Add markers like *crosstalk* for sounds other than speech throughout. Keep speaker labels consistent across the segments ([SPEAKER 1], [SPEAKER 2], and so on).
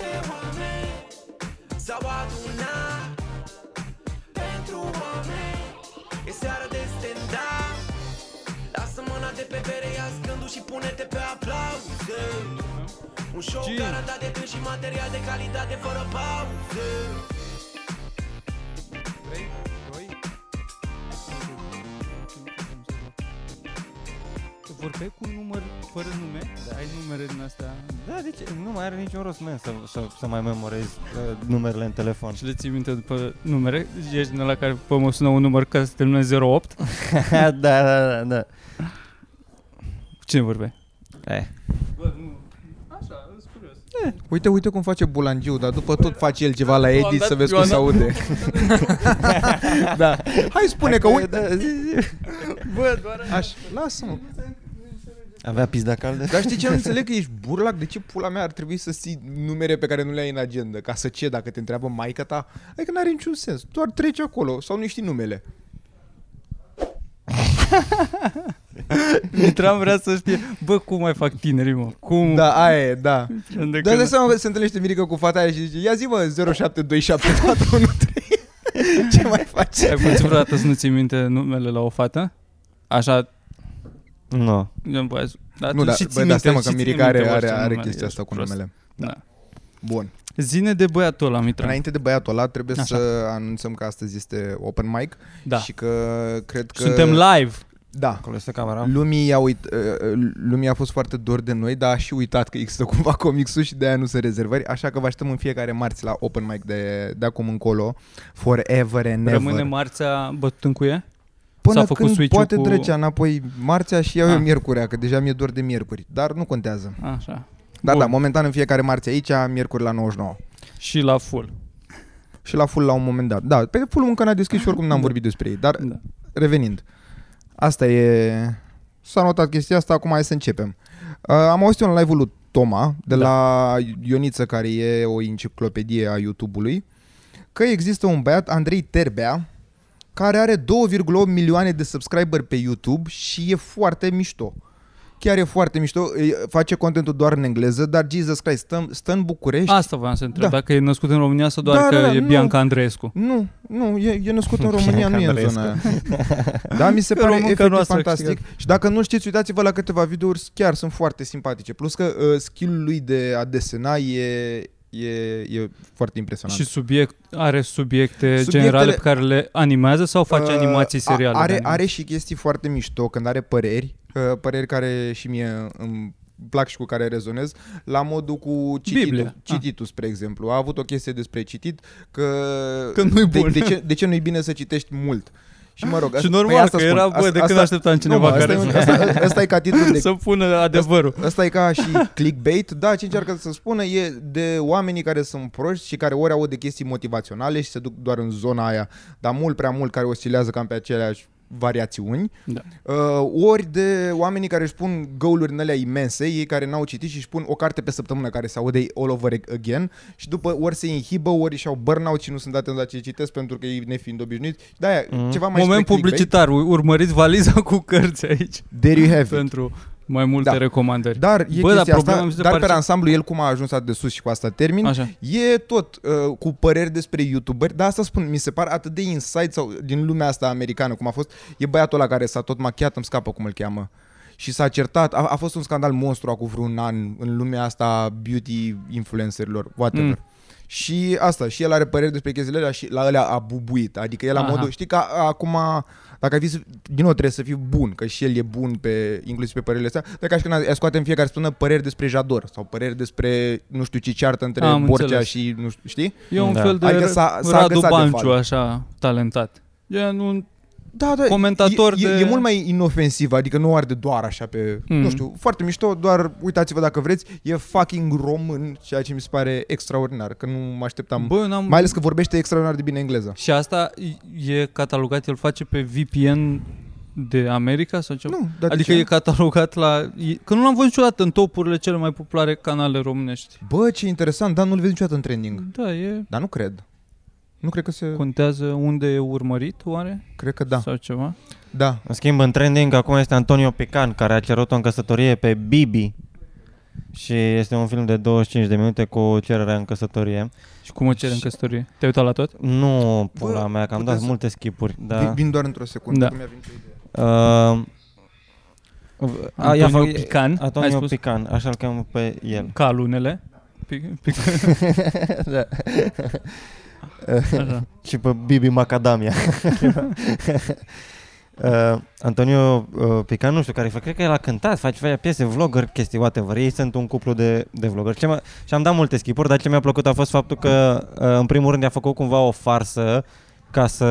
[SPEAKER 1] de oameni S-au adunat Pentru oameni E seară de stand-up Lasă mâna de pe bere, ia scândul și pune-te pe aplauze Un show
[SPEAKER 2] Ci.
[SPEAKER 1] garantat de tâns și material de calitate fără pauze
[SPEAKER 2] 3, 2... Vorbeai cu un număr fără nume? Da. Ai numere din astea?
[SPEAKER 3] Da, deci nu mai are niciun rost, man, să, să, să mai memorezi uh, numerele în telefon.
[SPEAKER 2] Și le ții minte după numere? Deci ești din la care după mă sună un număr ca să termină 08?
[SPEAKER 3] *laughs* da, da, da, da.
[SPEAKER 2] Cu cine vorbeai?
[SPEAKER 3] Eh.
[SPEAKER 2] Bă, nu... Așa, sunt *laughs* curios.
[SPEAKER 4] Uite, uite cum face Bulangiu, dar după tot face el ceva la edit să vezi cum se aude. *laughs* da. Hai spune că uite.
[SPEAKER 3] Da, zi, zi.
[SPEAKER 2] Bă, doar
[SPEAKER 4] Aș, lasă-mă.
[SPEAKER 3] Avea pizda caldă?
[SPEAKER 4] Dar știi ce nu înțeleg? Că ești burlac? De ce pula mea ar trebui să ții numere pe care nu le ai în agenda? Ca să ce dacă te întreabă maica ta? Adică n-are niciun sens. Doar treci acolo sau nu știi numele.
[SPEAKER 2] Mitran vrea să știe, bă, cum mai fac tinerii, mă? Cum?
[SPEAKER 4] Da, aia e, da.
[SPEAKER 2] Gen de
[SPEAKER 4] Dar
[SPEAKER 2] când-
[SPEAKER 4] dai seama că se întâlnește Mirica cu fata aia și zice Ia zi mă 07274113 *laughs* Ce mai faci?
[SPEAKER 2] Ai putut vreodată să nu ții minte numele la o fată? Așa,
[SPEAKER 3] Nu. No.
[SPEAKER 2] gen, bă, azi- dar
[SPEAKER 4] Nu,
[SPEAKER 2] tu
[SPEAKER 4] da,
[SPEAKER 2] și ții
[SPEAKER 4] bă,
[SPEAKER 2] minte,
[SPEAKER 4] da, seama
[SPEAKER 2] și
[SPEAKER 4] că
[SPEAKER 2] ții
[SPEAKER 4] Mirica
[SPEAKER 2] minte
[SPEAKER 4] are,
[SPEAKER 2] orice
[SPEAKER 4] are, are
[SPEAKER 2] numele,
[SPEAKER 4] chestia
[SPEAKER 2] ești
[SPEAKER 4] asta cu
[SPEAKER 2] prost.
[SPEAKER 4] numele.
[SPEAKER 2] Da.
[SPEAKER 4] Bun.
[SPEAKER 2] Zine de băiatul ăla, Mitran.
[SPEAKER 4] Înainte de băiatul ăla, trebuie
[SPEAKER 2] Da. Așa.
[SPEAKER 4] să anunțăm că astăzi este open mic
[SPEAKER 2] Da.
[SPEAKER 4] și că cred că...
[SPEAKER 2] Suntem live.
[SPEAKER 4] Da.
[SPEAKER 3] Acolo este camera.
[SPEAKER 4] Lumii, i-a uit, uh, lumii a fost foarte dor de noi, dar a și uitat că există cumva comixul și de aia nu se rezervări, așa că vă așteptăm în fiecare marți la open mic de, de acum încolo, forever and
[SPEAKER 2] Never.
[SPEAKER 4] ever.
[SPEAKER 2] Rămâne marțea bătut în cuie?
[SPEAKER 4] Până
[SPEAKER 2] S-a făcut
[SPEAKER 4] când
[SPEAKER 2] switch-ul
[SPEAKER 4] poate
[SPEAKER 2] cu-
[SPEAKER 4] drecea înapoi marțea și iau
[SPEAKER 2] Ah.
[SPEAKER 4] eu miercurea, că deja mi-e dor de miercuri, dar nu contează.
[SPEAKER 2] Așa.
[SPEAKER 4] Da,
[SPEAKER 2] Bun.
[SPEAKER 4] da, momentan în fiecare marți aici, miercuri la 99.
[SPEAKER 2] Și la full.
[SPEAKER 4] Și la full la un moment dat. Da, pe full încă n-a deschis și oricum n-am vorbit despre ei, dar
[SPEAKER 2] Da.
[SPEAKER 4] revenind. Asta e... S-a notat chestia asta, acum hai să începem. Uh, am auzit un live-ul lui Toma, de
[SPEAKER 2] Da.
[SPEAKER 4] da. la Ioniță, care e o enciclopedie a YouTube-ului, că există un băiat, Andrei Terbea, care are 2,8 milioane de subscriberi pe YouTube și e foarte mișto. Chiar e foarte mișto, e- face contentul doar în engleză, dar Jesus Christ, stă, stă în București.
[SPEAKER 2] Asta voiam să întreb.
[SPEAKER 4] Da.
[SPEAKER 2] Dacă e născut în România sau doar
[SPEAKER 4] Da,
[SPEAKER 2] că
[SPEAKER 4] da, da,
[SPEAKER 2] e
[SPEAKER 4] nu.
[SPEAKER 2] Bianca Andreescu?
[SPEAKER 4] Nu, nu, e, e născut în România, nu e în zona aia. Da, mi se
[SPEAKER 2] Că
[SPEAKER 4] pare
[SPEAKER 2] românca
[SPEAKER 4] efectiv
[SPEAKER 2] noastră a
[SPEAKER 4] fantastic. Și dacă nu știți, uitați-vă la câteva videouri, chiar sunt foarte simpatice. Plus că uh, skill-ul lui de a desena e, e, e foarte impresionant.
[SPEAKER 2] Și subiect, are subiecte
[SPEAKER 4] Subiectele-
[SPEAKER 2] generale pe care le animează sau face
[SPEAKER 4] Uh,
[SPEAKER 2] animații
[SPEAKER 4] a-
[SPEAKER 2] seriale? da. de
[SPEAKER 4] Are,
[SPEAKER 2] anime?
[SPEAKER 4] are și chestii foarte mișto când are păreri, uh, păreri care și mie îmi plac și cu care rezonez, la modul cu
[SPEAKER 2] Biblia.
[SPEAKER 4] cititul,
[SPEAKER 2] Ah.
[SPEAKER 4] cititul spre exemplu. A avut o chestie despre citit că,
[SPEAKER 2] Că nu-i
[SPEAKER 4] de,
[SPEAKER 2] bun.
[SPEAKER 4] de, ce, de ce nu-i bine să citești mult. Și mă rog,
[SPEAKER 2] Și
[SPEAKER 4] asta-
[SPEAKER 2] normal
[SPEAKER 4] păi
[SPEAKER 2] că era, bă, de când așteptam cineva
[SPEAKER 4] nu, mă,
[SPEAKER 2] care *laughs*
[SPEAKER 4] asta, e, un- asta, asta e ca titlul de
[SPEAKER 2] să pună adevărul.
[SPEAKER 4] Asta e ca și clickbait, da, ce încearcă să spună e de oamenii care sunt proști și care ori au de chestii motivaționale și se duc doar în zona aia, dar mult prea mult care oscilează cam pe aceleași variațiuni,
[SPEAKER 2] Da.
[SPEAKER 4] uh, ori de oamenii care își pun goaluri în alea imense, ei care n-au citit și își pun o carte pe săptămână care se aude all over again și după ori se inhibă, ori și-au burnout și nu sunt atenți la ce citesc pentru că ei nefiind obișnuiți. Da, mm. ceva
[SPEAKER 2] Mhm.
[SPEAKER 4] mai
[SPEAKER 2] Moment
[SPEAKER 4] spre clickbait.
[SPEAKER 2] publicitar, u- urmăriți valiza cu cărți aici
[SPEAKER 4] There you have it.
[SPEAKER 2] pentru mai multe
[SPEAKER 4] Da.
[SPEAKER 2] recomandări.
[SPEAKER 4] Dar e
[SPEAKER 2] Bă,
[SPEAKER 4] Bă,
[SPEAKER 2] dar
[SPEAKER 4] chestia
[SPEAKER 2] problema
[SPEAKER 4] asta,
[SPEAKER 2] mi se
[SPEAKER 4] dar
[SPEAKER 2] pare
[SPEAKER 4] pe
[SPEAKER 2] ce-
[SPEAKER 4] ansamblu el cum a ajuns atât de sus și cu asta termin,
[SPEAKER 2] Așa.
[SPEAKER 4] e tot uh, cu păreri despre youtuberi, dar asta spun, mi se par atât de insight sau din lumea asta americană, cum a fost, e băiatul ăla care s-a tot machiat, îmi scapă cum îl cheamă. Și s-a certat, a, a fost un scandal monstru acum vreun an în lumea asta beauty influencerilor, whatever.
[SPEAKER 2] Mm.
[SPEAKER 4] Mm. Și asta, și el are păreri despre chestiile alea și la alea a bubuit. Adică el la
[SPEAKER 2] Aha.
[SPEAKER 4] modul, știi că a- acum, dacă ai fi, să- din nou trebuie să fii bun, că și el e bun pe, inclusiv pe părerile astea, dar ca și când ai scoate în fiecare spună păreri despre Jador sau păreri despre, nu știu ce ceartă între
[SPEAKER 2] Am
[SPEAKER 4] Borcea
[SPEAKER 2] înțeles.
[SPEAKER 4] și, nu știu, știi?
[SPEAKER 2] E un
[SPEAKER 3] Da.
[SPEAKER 2] fel de
[SPEAKER 4] Adică s-a- s-a
[SPEAKER 2] Radu
[SPEAKER 4] agățat de
[SPEAKER 2] Banciu,
[SPEAKER 4] fal.
[SPEAKER 2] așa, talentat. Gen un...
[SPEAKER 4] Da, da,
[SPEAKER 2] Comentator
[SPEAKER 4] e,
[SPEAKER 2] de-
[SPEAKER 4] e, e mult mai inofensiv, adică nu arde doar așa pe,
[SPEAKER 2] Mhm.
[SPEAKER 4] mm. nu știu, foarte mișto, doar uitați-vă dacă vreți, e fucking român, ceea ce mi se pare extraordinar, că nu mă așteptam, Bă,
[SPEAKER 2] Bă, n-am...
[SPEAKER 4] mai ales că vorbește extraordinar de bine engleză.
[SPEAKER 2] Și asta e catalogat, el face pe VPN de America sau ce?
[SPEAKER 4] Nu, dar de
[SPEAKER 2] adică
[SPEAKER 4] ce?
[SPEAKER 2] e catalogat la... e- Că nu l-am văzut niciodată în topurile cele mai populare canale românești.
[SPEAKER 4] Bă, ce interesant, dar nu-l vezi niciodată în trending.
[SPEAKER 3] Mm.
[SPEAKER 2] Da, e...
[SPEAKER 4] Dar nu cred. Nu cred că se...
[SPEAKER 2] Contează unde e urmărit, oare?
[SPEAKER 4] Cred că da.
[SPEAKER 2] Sau ceva?
[SPEAKER 4] Da.
[SPEAKER 3] În schimb, în trending acum este Antonio Pican, care a cerut o în căsătorie pe Bibi. Și este un film de 25 de minute cu cererea în căsătorie.
[SPEAKER 2] Și cum o cere în căsătorie? Te-ai uitat la tot?
[SPEAKER 3] Nu, pula mea, că am dat
[SPEAKER 4] puteți-
[SPEAKER 3] multe skipuri. Da.
[SPEAKER 4] Da. Vin doar într-o secundă.
[SPEAKER 2] Da.
[SPEAKER 4] Da. Cum mi-a venit o idee.
[SPEAKER 3] Uh, a, ia
[SPEAKER 2] Antonio
[SPEAKER 3] fac-
[SPEAKER 2] Pican, ai
[SPEAKER 3] Antonio
[SPEAKER 2] spus?
[SPEAKER 3] Pican, așa îl cheamă pe el.
[SPEAKER 2] Calunele. Pic, pic,
[SPEAKER 3] *laughs*
[SPEAKER 4] *laughs*
[SPEAKER 3] da.
[SPEAKER 2] așa.
[SPEAKER 3] Și pe Bibi Macadamia. Uh, Antonio uh, Pican, nu știu care cred că el a cântat, face, face piese, vlogger, chestii, whatever. Ei sunt un cuplu de, de vlogger. Ce mă, și am dat multe skipuri, dar ce mi-a plăcut a fost faptul că, uh, în primul rând, a făcut cumva o farsă ca să,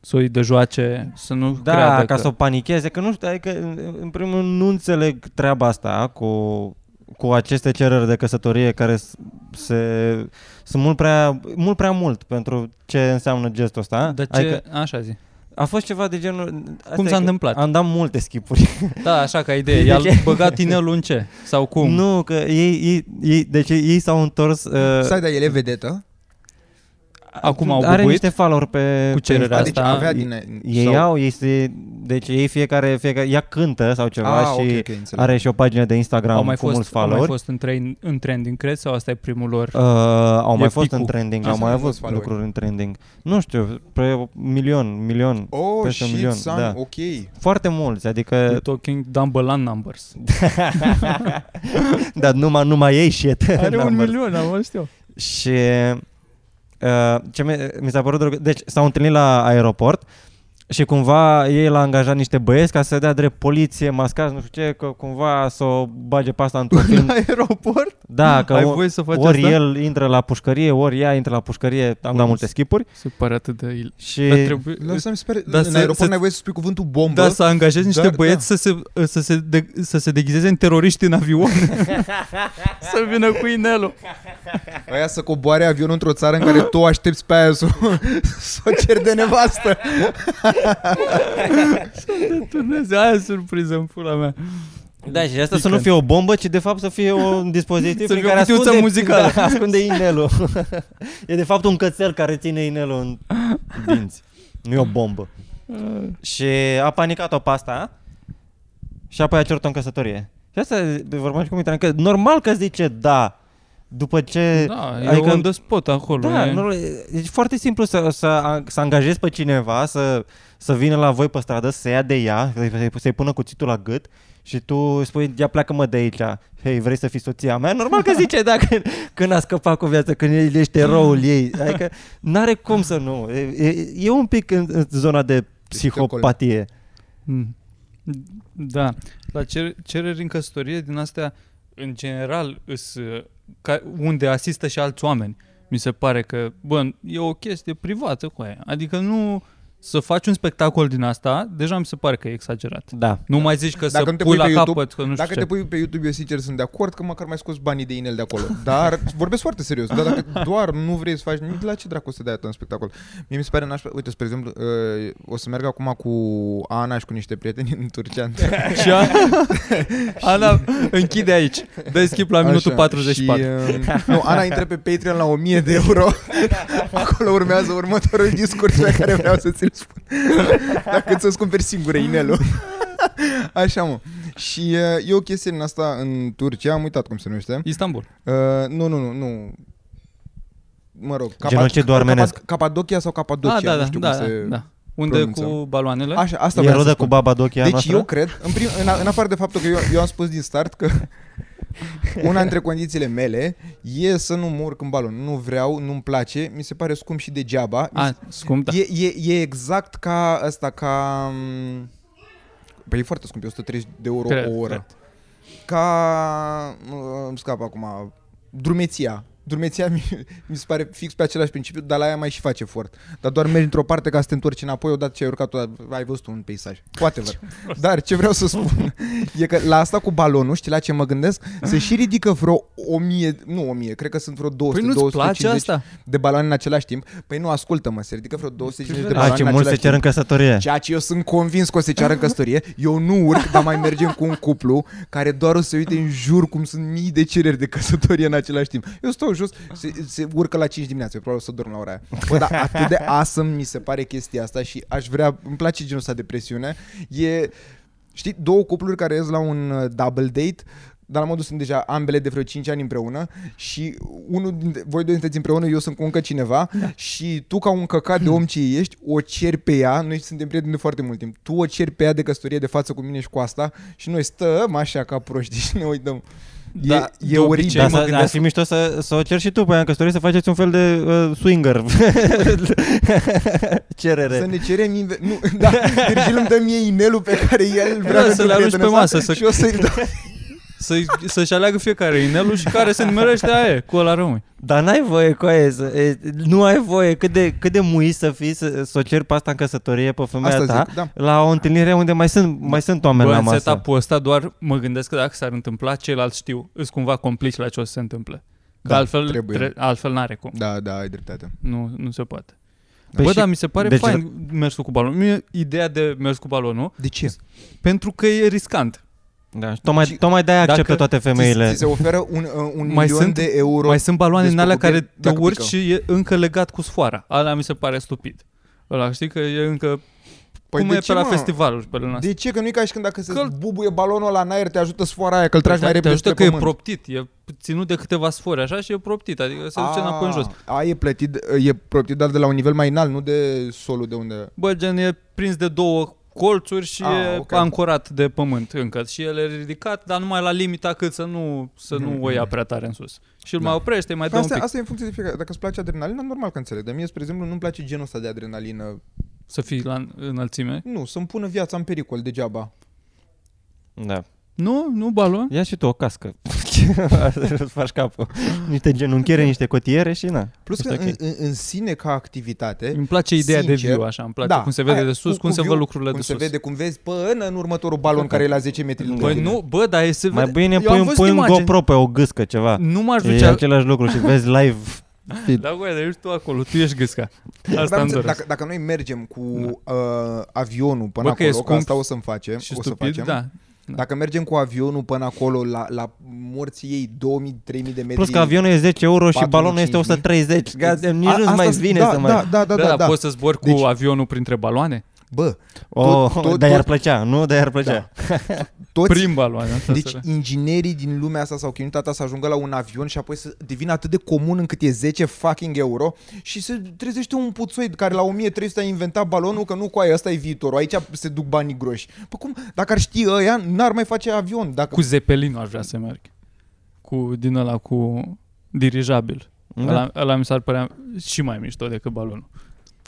[SPEAKER 2] Să o de joace, să nu
[SPEAKER 3] da,
[SPEAKER 2] creadă
[SPEAKER 3] ca
[SPEAKER 2] că...
[SPEAKER 3] să o panicheze, că nu știu, adică, în- în primul rând, nu înțeleg treaba asta cu, cu aceste cereri de căsătorie care s- se, sunt mult prea, mult prea mult pentru ce înseamnă gestul ăsta.
[SPEAKER 2] Dar ce...
[SPEAKER 3] Adică,
[SPEAKER 2] Așa zi.
[SPEAKER 3] a fost ceva de genul... asta
[SPEAKER 2] Cum
[SPEAKER 3] e
[SPEAKER 2] s-a
[SPEAKER 3] că
[SPEAKER 2] întâmplat?
[SPEAKER 3] Am dat multe skipuri.
[SPEAKER 2] Da, așa ca idee. I-a
[SPEAKER 3] Deci-
[SPEAKER 2] băgat inelul în ce? Sau cum?
[SPEAKER 3] *laughs* Nu, că ei, ei, ei, deci ei s-au întors... Uh,
[SPEAKER 4] Stai, dar el e vedetă?
[SPEAKER 2] Acum au
[SPEAKER 3] Are
[SPEAKER 2] bubuit?
[SPEAKER 3] niște follower pe...
[SPEAKER 2] Cu cererea
[SPEAKER 3] pe
[SPEAKER 2] asta.
[SPEAKER 3] Insta.
[SPEAKER 4] Adică avea din...
[SPEAKER 3] Ei
[SPEAKER 4] sau-
[SPEAKER 3] au, ei se, deci ei fiecare, fiecare, ea cântă sau ceva
[SPEAKER 4] Ah,
[SPEAKER 3] și
[SPEAKER 4] ok, ok, înțeleg.
[SPEAKER 3] are și o pagină de Instagram
[SPEAKER 2] au mai
[SPEAKER 3] cu mulți
[SPEAKER 2] fost, au mai
[SPEAKER 3] followeri.
[SPEAKER 2] fost în, tre- în trending, crezi? Sau asta e primul lor?
[SPEAKER 3] Uh, au
[SPEAKER 2] E
[SPEAKER 3] mai fost
[SPEAKER 2] picul.
[SPEAKER 3] în trending,
[SPEAKER 4] Ce
[SPEAKER 3] au mai
[SPEAKER 4] înseamnă
[SPEAKER 3] avut
[SPEAKER 4] mulți followeri?
[SPEAKER 3] lucruri în trending. Nu știu, pre milion, milion,
[SPEAKER 4] Oh,
[SPEAKER 3] peste
[SPEAKER 4] Peste
[SPEAKER 3] un
[SPEAKER 4] shit,
[SPEAKER 3] milion,
[SPEAKER 4] milion, son,
[SPEAKER 3] da.
[SPEAKER 4] da. ok.
[SPEAKER 3] Foarte mulți, adică
[SPEAKER 2] *laughs*
[SPEAKER 3] *laughs*
[SPEAKER 2] We're talking Dumbleland numbers.
[SPEAKER 3] Dar numai, numai ei și
[SPEAKER 2] Are un milion, am văzut eu.
[SPEAKER 3] Și uh, ce mi, mi s-a părut drăguț, deci s-au întâlnit la aeroport și cumva ei l-a angajat niște băieți ca să dea drept poliție, mascați, nu știu ce, că cumva să o bage pe asta
[SPEAKER 2] *laughs*
[SPEAKER 3] într-un film.
[SPEAKER 4] La aeroport?
[SPEAKER 3] Da, că
[SPEAKER 2] Ai
[SPEAKER 3] o,
[SPEAKER 2] voie să faci
[SPEAKER 3] ori
[SPEAKER 2] asta?
[SPEAKER 3] el intră la pușcărie, ori ea intră la pușcărie, am dat multe skipuri.
[SPEAKER 2] Se pare atât de... il-
[SPEAKER 3] Și
[SPEAKER 2] Dar trebuie...
[SPEAKER 4] Lăsăm sper.
[SPEAKER 2] Da,
[SPEAKER 4] Da, în
[SPEAKER 2] să-
[SPEAKER 4] aeroport
[SPEAKER 2] să-
[SPEAKER 4] n-ai voie să spui cuvântul bombă.
[SPEAKER 2] Da, să angajezi niște
[SPEAKER 4] Da,
[SPEAKER 2] băieți Să, se, să, se de, să se deghizeze în teroriști în *laughs* avion. să vină cu inelul.
[SPEAKER 4] Aia să coboare avionul într-o țară în care tu aștepți pe aia să, *laughs* să o ceri de nevastă.
[SPEAKER 2] Dumnezeu, aia e surpriză în pula mea.
[SPEAKER 3] Da, și asta să
[SPEAKER 2] Picant.
[SPEAKER 3] nu fie o bombă, ci de fapt să
[SPEAKER 2] *laughs*
[SPEAKER 3] fie un dispozitiv
[SPEAKER 2] Să
[SPEAKER 3] prin
[SPEAKER 2] fie o
[SPEAKER 3] care
[SPEAKER 2] cutiuță
[SPEAKER 3] ascunde,
[SPEAKER 2] muzicală.
[SPEAKER 3] Da, *laughs* ascunde inelul. e de fapt un cățel care ține inelul în dinți. Nu e o bombă. și a panicat-o pe asta și apoi a cerut-o în căsătorie. Și asta de vorbeam și cu Mitran, că normal că zice da după ce...
[SPEAKER 2] Da, e adică, on the spot acolo.
[SPEAKER 3] da,
[SPEAKER 2] e...
[SPEAKER 3] nu, e e foarte simplu să, să, să angajezi pe cineva să, să vină la voi pe stradă, să ia de ea, să-i, să-i pună cuțitul la gât și tu îi spui, ia pleacă mă de aici, hei, vrei să fii soția mea? Normal că zice, *laughs* da, când, când a scăpat cu viața, când el ești eroul ei, adică n-are cum să nu, e, e, e un pic în, în zona de psihopatie.
[SPEAKER 2] Mm. Da. La cer- cereri în căsătorie din astea, în general, îs, uh, ca, unde asistă și alți oameni. Mi se pare că, bă, e o chestie privată cu aia. Adică nu să faci un spectacol din asta, deja mi se pare că e exagerat.
[SPEAKER 3] Da.
[SPEAKER 2] Nu mai zici că
[SPEAKER 4] Dacă
[SPEAKER 2] să
[SPEAKER 4] nu te
[SPEAKER 2] pui
[SPEAKER 4] pui
[SPEAKER 2] la
[SPEAKER 4] pe YouTube-
[SPEAKER 2] capăt, că nu știu
[SPEAKER 4] Dacă
[SPEAKER 2] ce.
[SPEAKER 4] te pui pe YouTube, eu sincer sunt de acord că măcar mai scos banii de inel de acolo. Dar
[SPEAKER 2] *laughs*
[SPEAKER 4] vorbesc foarte serios. Dar dacă doar nu vrei să faci nimic, la ce dracu să dai atât în spectacol? Mie mi se pare nașpa. Uite, spre exemplu, uh, o să merg acum cu Ana și cu niște prieteni în Turcia.
[SPEAKER 2] *laughs*
[SPEAKER 4] în-
[SPEAKER 2] Și
[SPEAKER 4] *laughs*
[SPEAKER 2] a... Ana, închide aici. Dă skip la minutul
[SPEAKER 4] Așa,
[SPEAKER 2] 44.
[SPEAKER 4] Și, um, nu, Ana intră pe Patreon la 1000 de euro. Acolo urmează următorul discurs pe care vreau să ți-l spun. Dacă ți-o cumperi singură inelul. Așa, mă. Și uh, e o chestie din asta în Turcia, am uitat cum se numește.
[SPEAKER 2] Istanbul. Ah,
[SPEAKER 4] Uh, nu, nu, nu, nu. Mă rog,
[SPEAKER 3] Genocid armenesc.
[SPEAKER 4] Capad- Capadocia sau Capadocia,
[SPEAKER 2] Ah, da,
[SPEAKER 4] nu
[SPEAKER 2] da,
[SPEAKER 4] știu
[SPEAKER 2] da,
[SPEAKER 4] cum se...
[SPEAKER 2] da. Unde cu
[SPEAKER 4] pronunță.
[SPEAKER 2] baloanele?
[SPEAKER 4] Așa, asta
[SPEAKER 3] E
[SPEAKER 4] vreau să
[SPEAKER 3] rodă
[SPEAKER 4] spun.
[SPEAKER 3] cu baba dochia
[SPEAKER 4] Deci
[SPEAKER 3] noastră?
[SPEAKER 4] eu cred, în, prim, în, a- în afară de faptul că eu, eu am spus din start că una dintre condițiile mele e să nu mor în balon. Nu vreau, nu-mi place, mi se pare scump și degeaba. Mi
[SPEAKER 2] A, scump, da.
[SPEAKER 4] se- E, e, e exact ca asta, ca... mm, Păi e foarte scump, e 130 de euro
[SPEAKER 2] Cred,
[SPEAKER 4] o oră.
[SPEAKER 2] cred.
[SPEAKER 4] Ca... mm, Îmi scap acum... Drumeția. Drumeția mi, mi se pare fix pe același principiu, dar la aia mai și faci efort. Dar doar mergi într-o parte ca să te întorci înapoi, odată ce ai urcat, odată- ai văzut un peisaj.
[SPEAKER 2] *laughs*
[SPEAKER 4] Poate văd. Dar ce vreau să spun e că la asta cu balonul, știi la ce mă gândesc? Se și ridică vreo 1000, nu 1000, cred că sunt vreo 200,
[SPEAKER 2] Păi nu-ți place
[SPEAKER 4] 250
[SPEAKER 2] asta?
[SPEAKER 4] de baloane în același timp. Păi nu, ascultă-mă, se ridică vreo 250 de
[SPEAKER 3] A,
[SPEAKER 4] baloane
[SPEAKER 3] Ah, ce
[SPEAKER 4] în
[SPEAKER 3] mult se cer
[SPEAKER 4] același timp.
[SPEAKER 3] în căsătorie.
[SPEAKER 4] Ceea ce eu sunt convins că o să ceară în căsătorie Eu nu urc, dar mai mergem cu un cuplu Care doar o să uite în jur Cum sunt mii de cereri de căsătorie în același timp Eu stau jos, se, se urcă la 5 dimineața Eu probabil o să dorm la ora aia Bă, dar atât
[SPEAKER 3] *laughs*
[SPEAKER 4] de awesome mi se pare chestia asta Și aș vrea, îmi place genul ăsta de presiune E... Știi, două cupluri care ies la un uh, double date dar la modul sunt deja ambele de vreo 5 ani împreună și unul dintre, voi doi sunteți împreună, eu sunt cu încă cineva și tu ca un căcat de om ce ești, o ceri pe ea, noi suntem prieteni de foarte mult timp, tu o ceri pe ea de căsătorie de față cu mine și cu asta și noi stăm așa ca proști și ne uităm. E,
[SPEAKER 2] Da, de
[SPEAKER 4] e oribil.
[SPEAKER 2] obicei,
[SPEAKER 4] mă
[SPEAKER 3] Dar să, ar
[SPEAKER 4] gândesc-
[SPEAKER 3] fi mișto să, să o cer și tu pe aia în căsătorie să faceți un fel de uh, swinger *laughs* cerere.
[SPEAKER 4] Să ne cerem inve-
[SPEAKER 2] *laughs*
[SPEAKER 4] Nu, da, Virgil îmi dă mie inelul pe care el vrea
[SPEAKER 2] Da,
[SPEAKER 4] pentru
[SPEAKER 2] să le arunci
[SPEAKER 4] prietena
[SPEAKER 2] pe
[SPEAKER 4] sa
[SPEAKER 2] masă, să-
[SPEAKER 4] Și o să-i dau.
[SPEAKER 2] Să, să-și aleagă fiecare inelul și care se numerește aia, cu ăla rămâi.
[SPEAKER 3] Dar n-ai voie cu aia, să, e, nu ai voie, cât de, cât de muis să fii să, să o ceri pe asta în căsătorie pe femeia
[SPEAKER 4] Asta
[SPEAKER 3] ta,
[SPEAKER 4] zic, da.
[SPEAKER 3] la o întâlnire unde mai sunt, mai sunt oameni
[SPEAKER 2] Bă,
[SPEAKER 3] la
[SPEAKER 2] în
[SPEAKER 3] masă.
[SPEAKER 2] setup-ul ăsta doar mă gândesc că dacă s-ar întâmpla, ceilalți știu, îs cumva complici la ce o să se întâmple. Că
[SPEAKER 4] Da,
[SPEAKER 2] altfel,
[SPEAKER 4] trebuie.
[SPEAKER 2] tre- altfel n-are cum.
[SPEAKER 4] Da, da, ai dreptate.
[SPEAKER 2] Nu, nu se poate.
[SPEAKER 3] Păi
[SPEAKER 2] Păi Bă,
[SPEAKER 3] și-
[SPEAKER 2] dar mi se pare
[SPEAKER 3] deci-
[SPEAKER 2] deci... fain mersul cu balonul. Mie ideea de mers cu balonul,
[SPEAKER 4] De ce?
[SPEAKER 2] pentru că e riscant.
[SPEAKER 3] Da, și tocmai,
[SPEAKER 4] Și-
[SPEAKER 3] tocmai de-aia
[SPEAKER 2] Dacă
[SPEAKER 3] acceptă toate femeile.
[SPEAKER 4] Ți, ți se oferă un, uh, un
[SPEAKER 2] Mai
[SPEAKER 4] milion
[SPEAKER 2] sunt-
[SPEAKER 4] de euro.
[SPEAKER 2] Mai sunt baloane în alea care
[SPEAKER 4] descoperi
[SPEAKER 2] te
[SPEAKER 4] dacă
[SPEAKER 2] urci
[SPEAKER 4] pică.
[SPEAKER 2] și e încă legat cu sfoara. Alea mi se pare stupid. Ăla, știi că e încă... Păi cum
[SPEAKER 4] de
[SPEAKER 2] e
[SPEAKER 4] ce,
[SPEAKER 2] pe la
[SPEAKER 4] mă?
[SPEAKER 2] festivaluri pe luna
[SPEAKER 4] De ce? Că nu-i ca și când dacă se
[SPEAKER 2] Că-
[SPEAKER 4] bubuie balonul la în aer, te ajută sfoara aia, că îl tragi mai
[SPEAKER 2] Păi da, te
[SPEAKER 4] repede
[SPEAKER 2] ajută că
[SPEAKER 4] spre
[SPEAKER 2] e
[SPEAKER 4] pământ.
[SPEAKER 2] proptit, e ținut de câteva sfori așa și e proptit, adică se duce înapoi
[SPEAKER 4] Ah.
[SPEAKER 2] în jos.
[SPEAKER 4] A, e plătit, e proptit, dar de la un nivel mai înalt, nu de solul de unde...
[SPEAKER 2] Bă, gen e prins de două colțuri și
[SPEAKER 4] Ah,
[SPEAKER 2] e
[SPEAKER 4] ok.
[SPEAKER 2] ancorat de pământ încă și el e ridicat, dar numai la limita cât să nu, să nu o ia prea tare în sus. Și îl
[SPEAKER 4] Da.
[SPEAKER 2] mai oprește, îi mai dă un
[SPEAKER 4] Asta,
[SPEAKER 2] pic.
[SPEAKER 4] asta e în funcție de fiecare. Dacă îți place adrenalina, normal că înțeleg. Dar mie, spre exemplu, nu-mi place genul ăsta de adrenalină.
[SPEAKER 2] Să fii la înălțime.
[SPEAKER 4] Nu, să-mi pună viața în pericol degeaba.
[SPEAKER 3] Da.
[SPEAKER 2] Nu, nu balon.
[SPEAKER 3] Ia și tu o cască. *laughs* Îți faci capul. Niște genunchiere, niște cotiere și na.
[SPEAKER 4] Plus că
[SPEAKER 3] Este
[SPEAKER 4] în, în, în sine, ca activitate,
[SPEAKER 2] Îmi place ideea de
[SPEAKER 4] Sincer, Da.
[SPEAKER 2] view așa, îmi place cum se vede
[SPEAKER 4] aia,
[SPEAKER 2] de sus,
[SPEAKER 4] cu-
[SPEAKER 2] cum,
[SPEAKER 4] cu
[SPEAKER 2] se văd
[SPEAKER 4] view,
[SPEAKER 2] lucrurile de
[SPEAKER 4] cum
[SPEAKER 2] sus.
[SPEAKER 4] se vede, cum vezi până în următorul balon care e la 10 metri lângă
[SPEAKER 2] Băi,
[SPEAKER 4] tine.
[SPEAKER 2] nu, bă, dar e se vede.
[SPEAKER 3] Mai bine
[SPEAKER 2] Eu
[SPEAKER 3] pui,
[SPEAKER 2] am
[SPEAKER 3] un,
[SPEAKER 2] văzut
[SPEAKER 3] pui un
[SPEAKER 2] imagini.
[SPEAKER 3] GoPro pe o gâscă ceva.
[SPEAKER 2] Nu m-aș
[SPEAKER 3] E
[SPEAKER 2] duce...
[SPEAKER 3] același lucru și vezi live.
[SPEAKER 2] Da, bă, dar ești tu acolo, tu ești gâsca. Asta
[SPEAKER 4] Dar
[SPEAKER 2] îmi
[SPEAKER 4] am zis,
[SPEAKER 2] doresc.
[SPEAKER 4] dacă, dacă noi mergem cu uh, avionul până
[SPEAKER 2] Da. Bă, că e
[SPEAKER 4] acolo, că
[SPEAKER 2] scump
[SPEAKER 4] asta o să-mi facem,
[SPEAKER 2] Și
[SPEAKER 4] o să
[SPEAKER 2] stupid,
[SPEAKER 4] facem.
[SPEAKER 2] da.
[SPEAKER 4] Dacă mergem cu avionul până acolo la, la morții ei 2000-3000 de metri.
[SPEAKER 3] Plus că avionul e 10 euro și
[SPEAKER 4] 4.000,
[SPEAKER 3] balonul este 130. Goddamn, Deci nici
[SPEAKER 4] A-
[SPEAKER 3] nu-ți
[SPEAKER 4] asta
[SPEAKER 3] mai
[SPEAKER 4] s-
[SPEAKER 3] vine
[SPEAKER 4] da,
[SPEAKER 3] să mai...
[SPEAKER 4] Da, da, da, da, da.
[SPEAKER 2] poți să zbori cu
[SPEAKER 4] Deci-
[SPEAKER 2] avionul printre baloane?
[SPEAKER 4] Bă,
[SPEAKER 3] Oh,
[SPEAKER 4] Tot- tot-
[SPEAKER 3] dar i-ar
[SPEAKER 4] tot-
[SPEAKER 3] plăcea, nu? Dar i-ar plăcea.
[SPEAKER 4] toți
[SPEAKER 2] Prin baloane. asta
[SPEAKER 4] Deci
[SPEAKER 2] se-
[SPEAKER 4] inginerii din lumea asta s-au chinuit atât să ajungă la un avion și apoi să devină atât de comun încât e 10 fucking euro și se trezește un puțoi care la 1300 a inventat balonul că nu cu aia, ăsta e viitorul, aici se duc banii groși. Pă cum, dacă ar ști ăia, n-ar mai face avion. Dacă...
[SPEAKER 2] Cu zepelinul aș vrea să merg. Cu, din ăla cu dirijabil. Da. Ăla, ăla mi s-ar părea și mai mișto decât balonul.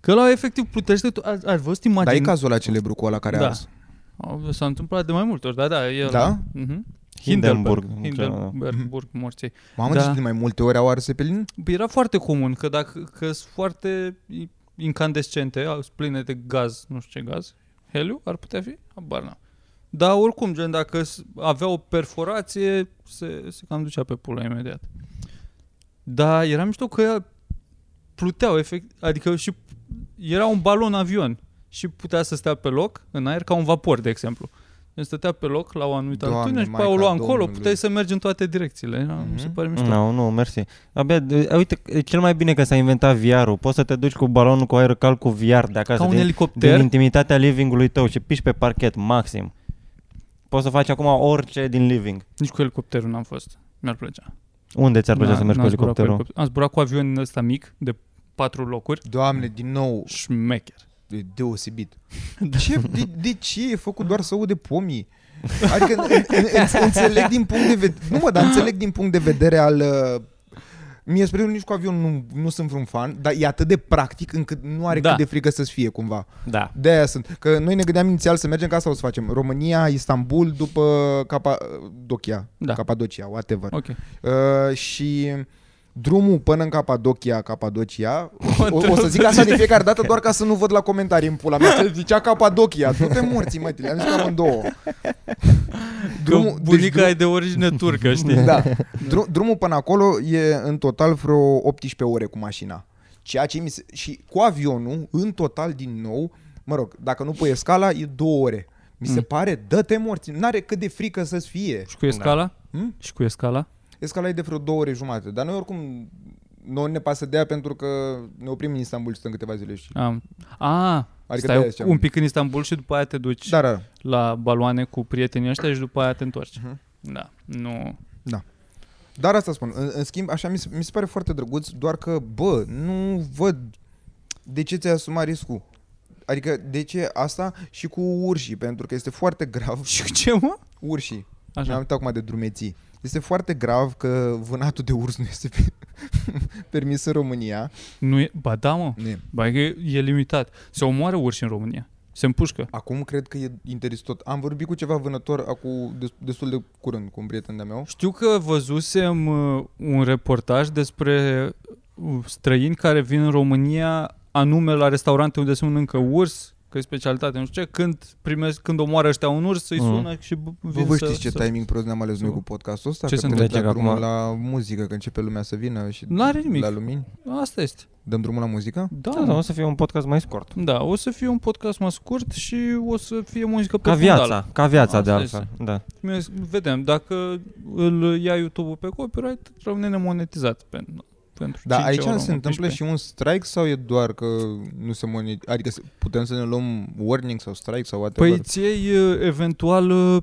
[SPEAKER 2] Că la efectiv plutește, tu, ai, ai văzut
[SPEAKER 4] Dar
[SPEAKER 2] imagini?
[SPEAKER 4] e cazul ăla celebru cu ăla care a
[SPEAKER 2] Da.
[SPEAKER 4] ars.
[SPEAKER 2] Au- S-a întâmplat de mai multe ori, da, da. E
[SPEAKER 4] Da?
[SPEAKER 2] La, uh-huh.
[SPEAKER 3] Hindenburg.
[SPEAKER 2] Hindenburg, Hindenburg morții.
[SPEAKER 4] Mamă,
[SPEAKER 2] Da.
[SPEAKER 4] deci de mai multe ori au ars Zeppelin?
[SPEAKER 2] Bă, Era foarte comun că dacă că sunt foarte incandescente, au- sunt pline de gaz, nu știu ce gaz, heliu ar putea fi, habar n-am. Dar oricum, gen, dacă s- avea o perforație, se, se cam ducea pe pula imediat. Dar era mișto că pluteau, efect, adică și era un balon avion și putea să stea pe loc în aer ca un vapor, de exemplu. Deci stătea pe loc la o anumită
[SPEAKER 4] Doamne,
[SPEAKER 2] altitudine și pe aia o
[SPEAKER 4] Maica
[SPEAKER 2] lua încolo,
[SPEAKER 4] Domnului.
[SPEAKER 2] puteai să mergi în toate direcțiile. Era, mm-hmm.
[SPEAKER 4] Mhm.
[SPEAKER 2] Se pare
[SPEAKER 3] Nu,
[SPEAKER 2] mișto.
[SPEAKER 3] no, Mm, nu, mersi. Abia, e, uite, e cel mai bine că s-a inventat VR-ul. Poți să te duci cu balonul cu aer cald cu VR de acasă,
[SPEAKER 2] Ca un
[SPEAKER 3] din,
[SPEAKER 2] elicopter.
[SPEAKER 3] din intimitatea living-ului tău și piși pe parchet maxim. Poți să faci acum orice din living.
[SPEAKER 2] Nici cu helicopterul n-am fost. Mi-ar plăcea.
[SPEAKER 3] Unde ți-ar plăcea
[SPEAKER 2] N-a-
[SPEAKER 3] să mergi cu
[SPEAKER 2] n-am zburat
[SPEAKER 3] elicopterul? Da,
[SPEAKER 2] helicopt- Am zburat cu avionul ăsta mic, de patru locuri.
[SPEAKER 4] Doamne, din nou,
[SPEAKER 2] Șmecher.
[SPEAKER 4] e
[SPEAKER 2] *laughs*
[SPEAKER 4] deosebit.
[SPEAKER 2] Da.
[SPEAKER 4] Ce, de, de ce e făcut doar să de pomii? Adică în, în, în, înțeleg din punct de vedere, nu mă, dar înțeleg din punct de vedere al uh, Mie, spre exemplu, nici cu avion nu, nu sunt vreun fan, dar e atât de practic încât nu are da.
[SPEAKER 2] Da.
[SPEAKER 4] cât de frică să-ți fie cumva.
[SPEAKER 3] Da.
[SPEAKER 4] De aia sunt. Că noi ne gândeam inițial să mergem ca asta o să facem. România, Istanbul, după Capadocia.
[SPEAKER 2] Da.
[SPEAKER 4] Capadocia, whatever.
[SPEAKER 2] Ok.
[SPEAKER 4] Uh, și drumul până în Capadocia, Capadocia, o, o să zic asta de fiecare dată doar ca să nu văd la comentarii în pula mea, că zicea Capadocia, tu te morți, mă, le-am zis pe amândouă.
[SPEAKER 2] Drumul,
[SPEAKER 4] deci
[SPEAKER 2] bunica e de
[SPEAKER 3] *laughs*
[SPEAKER 2] origine turcă, știi?
[SPEAKER 4] da. Dru- drumul până acolo e în total vreo 18 ore cu mașina. Ceea ce mi se... Și cu avionul, în total din nou, mă rog, dacă nu pui scala, e două ore. Mi se pare, dă-te morți, n-are cât de frică să-ți fie.
[SPEAKER 2] Și cu escala?
[SPEAKER 4] Hmm?
[SPEAKER 2] Și cu escala?
[SPEAKER 4] Escala e de vreo două ore jumate, dar noi oricum nu ne pasă de ea pentru că ne oprim în Istanbul și stăm câteva zile și...
[SPEAKER 2] Am. A,
[SPEAKER 4] Adică de-aia
[SPEAKER 2] stai
[SPEAKER 4] ziceam. Da.
[SPEAKER 2] un pic în Istanbul și după aia te duci
[SPEAKER 4] Dar Mhm.
[SPEAKER 2] la baloane cu prietenii ăștia și după aia te întorci. Da, nu...
[SPEAKER 4] Dar asta spun. În, în schimb, așa mi se, mi se pare foarte drăguț, doar că, bă, nu văd de ce ți-ai asumat riscul. Adică, de ce asta și cu urșii? Pentru că este foarte grav. *laughs*
[SPEAKER 2] Și ce, mă?
[SPEAKER 4] Urșii. Mi-am
[SPEAKER 2] Așa.
[SPEAKER 4] uitat acum de drumeții. Este foarte grav că vânatul de urs nu este *laughs* pe- permis în România.
[SPEAKER 2] Nu e... Ba da, mă.
[SPEAKER 4] Ne.
[SPEAKER 2] Ba că e e limitat. Se omoară urși în România. Se împușcă.
[SPEAKER 4] Acum cred că e interes tot. Am vorbit cu ceva vânător acum des- destul de curând, cu un prieten de-a meu.
[SPEAKER 2] Știu că văzusem uh, un reportaj despre uh, străini care vin în România anume la restaurante unde se mănâncă urs, că e specialitate, nu știu ce, când primesc, când omoară ăștia un urs, îi
[SPEAKER 3] Mhm.
[SPEAKER 2] sună și b-
[SPEAKER 4] Vă,
[SPEAKER 2] vin
[SPEAKER 4] vă
[SPEAKER 2] să-
[SPEAKER 4] știți ce
[SPEAKER 2] să-
[SPEAKER 4] timing prost ne-am ales noi
[SPEAKER 2] să-
[SPEAKER 4] cu podcastul ăsta?
[SPEAKER 2] Ce
[SPEAKER 4] că
[SPEAKER 2] se
[SPEAKER 4] trebuie
[SPEAKER 3] întâmplă
[SPEAKER 4] să dăm
[SPEAKER 3] acum?
[SPEAKER 4] drumul la muzică, că începe lumea să vină și
[SPEAKER 2] N-are nimic.
[SPEAKER 4] la lumini.
[SPEAKER 2] Asta este.
[SPEAKER 4] Dăm drumul la muzică?
[SPEAKER 2] Da,
[SPEAKER 3] Da, da, o să fie un podcast mai scurt.
[SPEAKER 2] Da, o să fie un podcast mai scurt și o să fie muzică pe
[SPEAKER 3] Ca
[SPEAKER 2] fundal.
[SPEAKER 3] viața, ca viața de
[SPEAKER 2] Asta
[SPEAKER 3] altfel. Da.
[SPEAKER 2] Mi- Vedem, dacă îl ia YouTube-ul pe copyright, rămâne nemonetizat pe, pentru
[SPEAKER 4] Dar
[SPEAKER 2] cinci
[SPEAKER 4] Da, aici
[SPEAKER 2] euro,
[SPEAKER 4] se întâmplă
[SPEAKER 2] 15.
[SPEAKER 4] și un strike sau e doar că nu se monetizează? Adică se- putem să ne luăm warning sau strike sau whatever?
[SPEAKER 2] Păi ți iei uh, eventual, uh,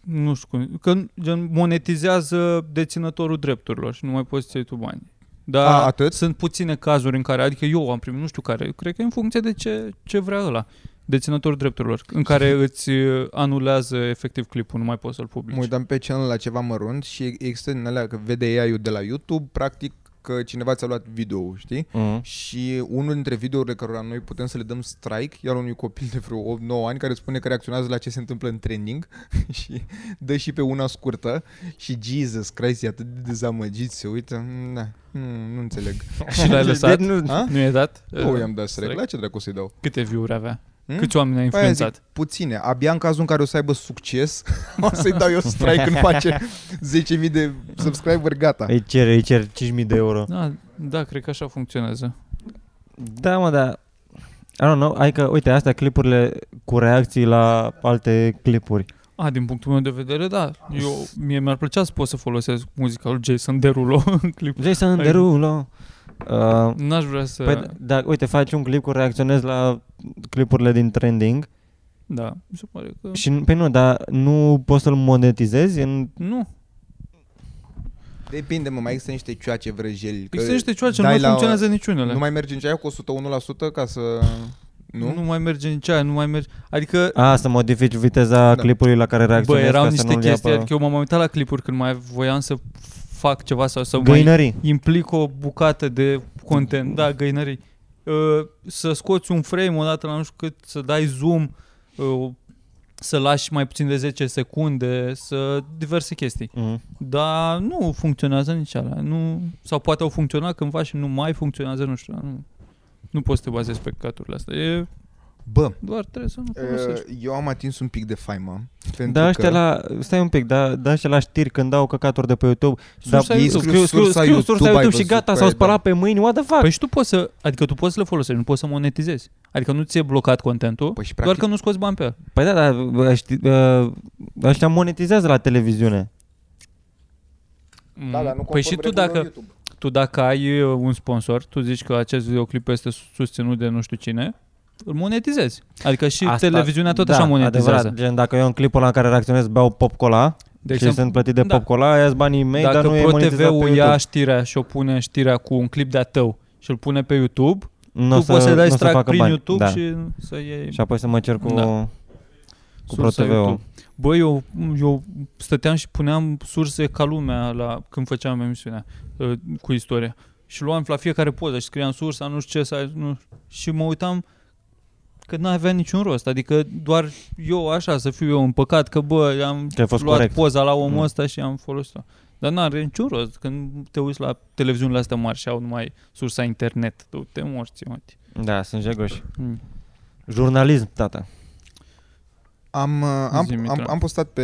[SPEAKER 2] nu știu cum, că gen, monetizează deținătorul drepturilor și nu mai poți să iei tu bani. Dar
[SPEAKER 4] A, atât?
[SPEAKER 2] sunt puține cazuri în care, adică eu am primit, nu știu care, cred că e în funcție de ce, ce vrea ăla, deținătorul drepturilor, în
[SPEAKER 4] *laughs*
[SPEAKER 2] care îți uh, anulează efectiv clipul, nu mai poți să-l
[SPEAKER 4] Mă
[SPEAKER 2] publici.
[SPEAKER 4] uitam pe channel la ceva mărunt și există din alea că vede ul de la YouTube, practic că cineva ți-a luat video știi?
[SPEAKER 3] Mm.
[SPEAKER 4] Și unul dintre videourile cărora noi putem să le dăm strike iar unui copil de vreo 8-9 ani care spune că reacționează la ce se întâmplă în trending *laughs* și dă și pe una scurtă și Jesus Christ, e atât de dezamăgit, se uită, mm, da, mm, nu înțeleg.
[SPEAKER 2] *laughs* Și l-ai lăsat?
[SPEAKER 3] *laughs* Deci nu-
[SPEAKER 4] A?
[SPEAKER 2] Nu e dat?
[SPEAKER 4] Nu
[SPEAKER 2] Uh,
[SPEAKER 4] i-am dat strike, la ce dracu să-i dau?
[SPEAKER 2] Câte view-uri avea?
[SPEAKER 4] Hmm?
[SPEAKER 2] Câți oameni a
[SPEAKER 4] Păi aia zic,
[SPEAKER 2] influențat?
[SPEAKER 4] puține. Abia în cazul în care o să aibă succes, *laughs* o să-i dau eu strike când
[SPEAKER 2] *laughs*
[SPEAKER 4] face 10.000 de subscriber, gata.
[SPEAKER 3] Da. Îi cer, îi cer 5.000 de euro.
[SPEAKER 2] Da, da, cred că așa funcționează.
[SPEAKER 3] Da, mă, da. I don't know, adică, uite, astea clipurile cu reacții la alte clipuri.
[SPEAKER 2] A, din punctul meu de vedere, da. Eu, mie mi-ar plăcea să pot să folosesc muzica lui Jason Derulo *laughs* în clip.
[SPEAKER 3] Jason
[SPEAKER 2] Ai-
[SPEAKER 3] Derulo. Uh,
[SPEAKER 2] N-aș vrea să...
[SPEAKER 3] păi, da, uite, faci un clip cu reacționezi la clipurile din trending
[SPEAKER 2] da, mi se pare că...
[SPEAKER 3] și, pe nu, dar nu poți să-l monetizezi în...
[SPEAKER 2] Nu.
[SPEAKER 4] Depinde, mă, mai există niște cioace vrăjeli. că
[SPEAKER 2] Există niște cioace, nu
[SPEAKER 4] dai
[SPEAKER 2] mai
[SPEAKER 4] la-
[SPEAKER 2] funcționează niciunele.
[SPEAKER 4] Nu mai mergi în ceaia cu 101% ca să... Nu?
[SPEAKER 2] nu
[SPEAKER 4] nu.
[SPEAKER 2] mai merge nici aia, nu mai merge... Adică,
[SPEAKER 3] A, să modifici viteza
[SPEAKER 4] Da.
[SPEAKER 3] da. clipului la care
[SPEAKER 2] bă,
[SPEAKER 3] reacționezi
[SPEAKER 2] erau
[SPEAKER 3] ca să
[SPEAKER 2] niște
[SPEAKER 3] nu-l ia
[SPEAKER 2] chestii,
[SPEAKER 3] pe...
[SPEAKER 2] adică eu m-am mai uitat la clipuri când mai voiam să fac ceva sau să mai
[SPEAKER 3] Găinării.
[SPEAKER 2] implic o bucată de content, da, găinării. Uh, Să scoți un frame odată la nu știu cât, să dai zoom, uh, să lași mai puțin de 10 secunde, să diverse chestii.
[SPEAKER 3] Mm.
[SPEAKER 2] Dar nu funcționează nici alea. Nu, sau poate au funcționat cândva și nu mai funcționează, nu știu. Nu, nu poți să te bazezi pe caturile astea. E,
[SPEAKER 4] Bă,
[SPEAKER 2] doar trebuie să nu
[SPEAKER 4] uh,
[SPEAKER 2] folosești.
[SPEAKER 4] eu am atins un pic de faimă. Pentru
[SPEAKER 3] Da, ăștia
[SPEAKER 4] că...
[SPEAKER 3] la... Stai un pic, da, da ăștia la știri când dau căcaturi de pe YouTube. Da,
[SPEAKER 2] Sursa YouTube.
[SPEAKER 3] scriu, scriu,
[SPEAKER 4] Sursa
[SPEAKER 3] scriu
[SPEAKER 4] YouTube,
[SPEAKER 3] sursa
[SPEAKER 4] ai
[SPEAKER 3] YouTube și
[SPEAKER 4] văzut
[SPEAKER 3] gata,
[SPEAKER 4] pe-
[SPEAKER 3] s-au
[SPEAKER 4] da.
[SPEAKER 3] spălat pe mâini, what the fuck?
[SPEAKER 2] Păi și tu poți să, adică tu poți să le folosești, nu poți să monetizezi. Adică nu ți-e blocat contentul,
[SPEAKER 4] Păi și
[SPEAKER 2] doar
[SPEAKER 4] practic...
[SPEAKER 2] că nu scoți bani pe el.
[SPEAKER 3] Păi da, dar bă, ști, bă, ăștia monetizează la televiziune.
[SPEAKER 4] Da,
[SPEAKER 2] păi și tu dacă, tu dacă ai uh, un sponsor, tu zici că acest videoclip este sus- susținut de nu știu cine, îl monetizezi. Adică și Asta, televiziunea tot
[SPEAKER 3] da,
[SPEAKER 2] așa monetizează.
[SPEAKER 3] Adevărat, gen, dacă eu în clipul ăla în care reacționez beau popcola
[SPEAKER 2] De
[SPEAKER 3] și
[SPEAKER 2] exemplu,
[SPEAKER 3] sunt plătit de
[SPEAKER 2] da.
[SPEAKER 3] popcola, ia banii mei,
[SPEAKER 2] dacă
[SPEAKER 3] dar nu e monetizat pe
[SPEAKER 2] ProTV-ul ia
[SPEAKER 3] YouTube.
[SPEAKER 2] știrea și o pune știrea cu un clip de-a tău și îl pune pe YouTube,
[SPEAKER 3] Nu o
[SPEAKER 2] tu poți să-i dai
[SPEAKER 3] nu o
[SPEAKER 2] strike
[SPEAKER 3] facă
[SPEAKER 2] prin
[SPEAKER 3] bani.
[SPEAKER 2] YouTube
[SPEAKER 3] da.
[SPEAKER 2] și să iei
[SPEAKER 3] și apoi să mă cer cu...
[SPEAKER 2] Da.
[SPEAKER 3] cu
[SPEAKER 2] sursa
[SPEAKER 3] ProTV-ul.
[SPEAKER 2] YouTube. Bă, eu, eu stăteam și puneam surse ca lumea la, când făceam emisiunea uh, cu istoria. Și luam la fiecare poză și scriam sursa, nu știu ce, să, nu, și mă uitam că nu avea niciun rost. Adică doar eu așa să fiu eu împăcat că bă, am
[SPEAKER 3] Că ai fost
[SPEAKER 2] luat
[SPEAKER 3] corect.
[SPEAKER 2] poza la omul
[SPEAKER 3] Mm.
[SPEAKER 2] ăsta și am folosit-o. Dar nu are niciun rost când te uiți la televiziunile astea mari și au numai sursa internet. Tu te morți, mate.
[SPEAKER 3] Da, sunt jegoși.
[SPEAKER 2] Mm.
[SPEAKER 3] Jurnalism, tata.
[SPEAKER 4] Am, uh,
[SPEAKER 2] Zi,
[SPEAKER 4] am,
[SPEAKER 2] Mitra.
[SPEAKER 4] am, am postat pe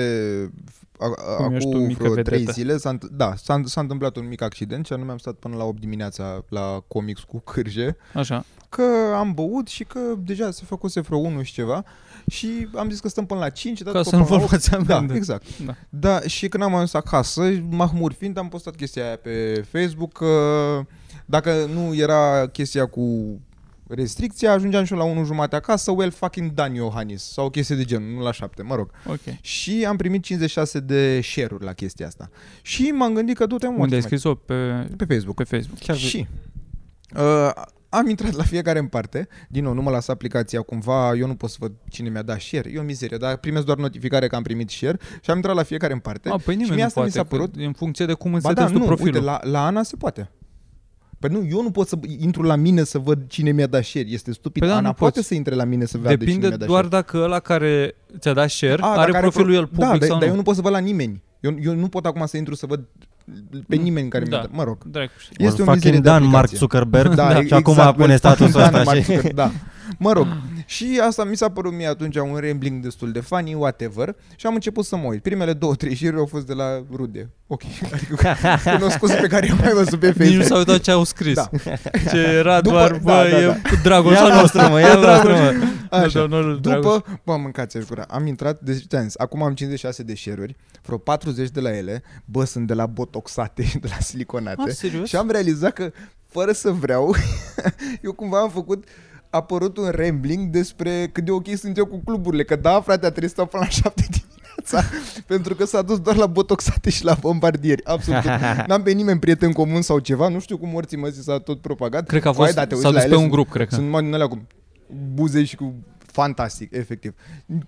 [SPEAKER 4] a- a-
[SPEAKER 2] Cum ești tu,
[SPEAKER 4] acum
[SPEAKER 2] mică
[SPEAKER 4] vreo
[SPEAKER 2] vedetă.
[SPEAKER 4] 3 zile, s-a, înt- da, s-a, s-a întâmplat un mic accident și anume am stat până la 8 dimineața la comics cu cârje,
[SPEAKER 2] Așa.
[SPEAKER 4] că am băut și că deja se făcuse vreo 1 și ceva și am zis că stăm până la 5, dar
[SPEAKER 2] Ca
[SPEAKER 4] după
[SPEAKER 2] să nu
[SPEAKER 4] până la
[SPEAKER 2] vă luați
[SPEAKER 4] opt- Da,
[SPEAKER 2] amendă.
[SPEAKER 4] exact.
[SPEAKER 2] Da.
[SPEAKER 4] Da. da, și când am ajuns acasă, mahmur fiind, am postat chestia aia pe Facebook că dacă nu era chestia cu restricția, ajungeam și eu la 1 jumate acasă, well fucking done Iohannis, sau o chestie de genul, nu la 7, mă rog.
[SPEAKER 2] Ok.
[SPEAKER 4] Și am primit 56 de share-uri la chestia asta. Și m-am gândit că du-te mă,
[SPEAKER 2] Unde ai
[SPEAKER 4] mai-
[SPEAKER 2] scris-o? Pe,
[SPEAKER 4] Pe Facebook.
[SPEAKER 2] pe Facebook.
[SPEAKER 3] Chiar
[SPEAKER 4] și uh, am intrat la fiecare în parte. Din nou, nu mă las aplicația cumva, eu nu pot să văd cine mi-a dat share. E o mizerie, dar primesc doar notificare că am primit share și am intrat la fiecare în parte.
[SPEAKER 2] A, păi
[SPEAKER 4] și
[SPEAKER 2] nimeni
[SPEAKER 4] mie
[SPEAKER 2] nu
[SPEAKER 4] asta
[SPEAKER 2] poate,
[SPEAKER 4] mi s-a părut
[SPEAKER 2] că în funcție de cum îți
[SPEAKER 4] Ba da,
[SPEAKER 2] setezi tu
[SPEAKER 4] nu,
[SPEAKER 2] profilul.
[SPEAKER 4] uite, la, la Ana se poate. Păi nu, eu nu pot să intru la mine să văd cine mi-a dat share. Este stupid.
[SPEAKER 2] Păi da,
[SPEAKER 4] Ana
[SPEAKER 2] nu
[SPEAKER 4] poate
[SPEAKER 2] poți.
[SPEAKER 4] să intre la mine să vadă cine
[SPEAKER 2] Depinde
[SPEAKER 4] mi-a dat
[SPEAKER 2] doar
[SPEAKER 4] share.
[SPEAKER 2] dacă ăla care ți-a dat share
[SPEAKER 4] A,
[SPEAKER 2] A,
[SPEAKER 4] dacă
[SPEAKER 2] are profilul
[SPEAKER 4] pro-
[SPEAKER 2] el public
[SPEAKER 4] da, dar-
[SPEAKER 2] sau
[SPEAKER 4] dar eu
[SPEAKER 2] nu.
[SPEAKER 4] nu pot să văd la nimeni. Eu, eu nu pot acum să intru să văd pe nimeni care mi-a
[SPEAKER 2] Da.
[SPEAKER 4] dat. Mă rog.
[SPEAKER 2] Dracu știe.
[SPEAKER 4] Este o mizerie
[SPEAKER 3] fucking
[SPEAKER 4] de
[SPEAKER 3] Dan Mark
[SPEAKER 4] aplicație.
[SPEAKER 3] Zuckerberg
[SPEAKER 4] *laughs* Da,
[SPEAKER 3] da,
[SPEAKER 4] e-
[SPEAKER 3] și acum
[SPEAKER 4] exact,
[SPEAKER 3] pune
[SPEAKER 4] Mark
[SPEAKER 3] statusul
[SPEAKER 4] Zuckerberg,
[SPEAKER 3] ăsta
[SPEAKER 4] Mark
[SPEAKER 3] și...
[SPEAKER 4] Zuckerberg, Da. Mă
[SPEAKER 3] *laughs*
[SPEAKER 4] rog, și asta mi s-a părut mie atunci un rambling destul de funny, whatever, și am început să mă uit. Primele două, trei șiruri au fost de la rude. Ok,
[SPEAKER 3] *laughs*
[SPEAKER 4] adică cunoscuți pe care i-am mai văzut pe
[SPEAKER 2] Nici nu
[SPEAKER 4] Facebook.
[SPEAKER 2] s-a uitat ce au scris.
[SPEAKER 4] Da.
[SPEAKER 2] *laughs* Ce era
[SPEAKER 4] După-
[SPEAKER 2] doar,
[SPEAKER 4] da,
[SPEAKER 2] bă,
[SPEAKER 4] da,
[SPEAKER 2] e
[SPEAKER 4] da.
[SPEAKER 2] Dragoșa
[SPEAKER 3] Ia-l la
[SPEAKER 2] noastră. Deci,
[SPEAKER 3] strămă, ia-l la strămă.
[SPEAKER 4] Așa.
[SPEAKER 2] Doamnul Dragoș.
[SPEAKER 4] După, bă, mâncați aș gura. Am intrat, deci ți-am zis, acum am 56 de share-uri, vreo 40 de la ele, bă, sunt de la botoxate, *laughs* de la
[SPEAKER 2] A,
[SPEAKER 4] siliconate.
[SPEAKER 2] serios?
[SPEAKER 4] Și am realizat că, fără să vreau, *laughs* eu cumva am făcut a apărut un rambling despre cât de ok sunt eu cu cluburile, că da, frate, a trebuit să stau până la *laughs* șapte dimineața, *laughs* pentru că s-a dus doar la botoxate și la bombardieri, absolut.
[SPEAKER 2] *laughs*
[SPEAKER 4] N-am pe nimeni prieten comun sau ceva, nu știu cum morții mă s-a tot propagat.
[SPEAKER 2] Cred că a
[SPEAKER 4] Vai,
[SPEAKER 2] fost,
[SPEAKER 4] da, te uiți
[SPEAKER 2] s-a
[SPEAKER 4] la
[SPEAKER 2] dus
[SPEAKER 4] ele,
[SPEAKER 2] pe un
[SPEAKER 4] sunt-
[SPEAKER 2] grup, cred că.
[SPEAKER 4] sunt mai din alea cu buze și cu fantastic, efectiv.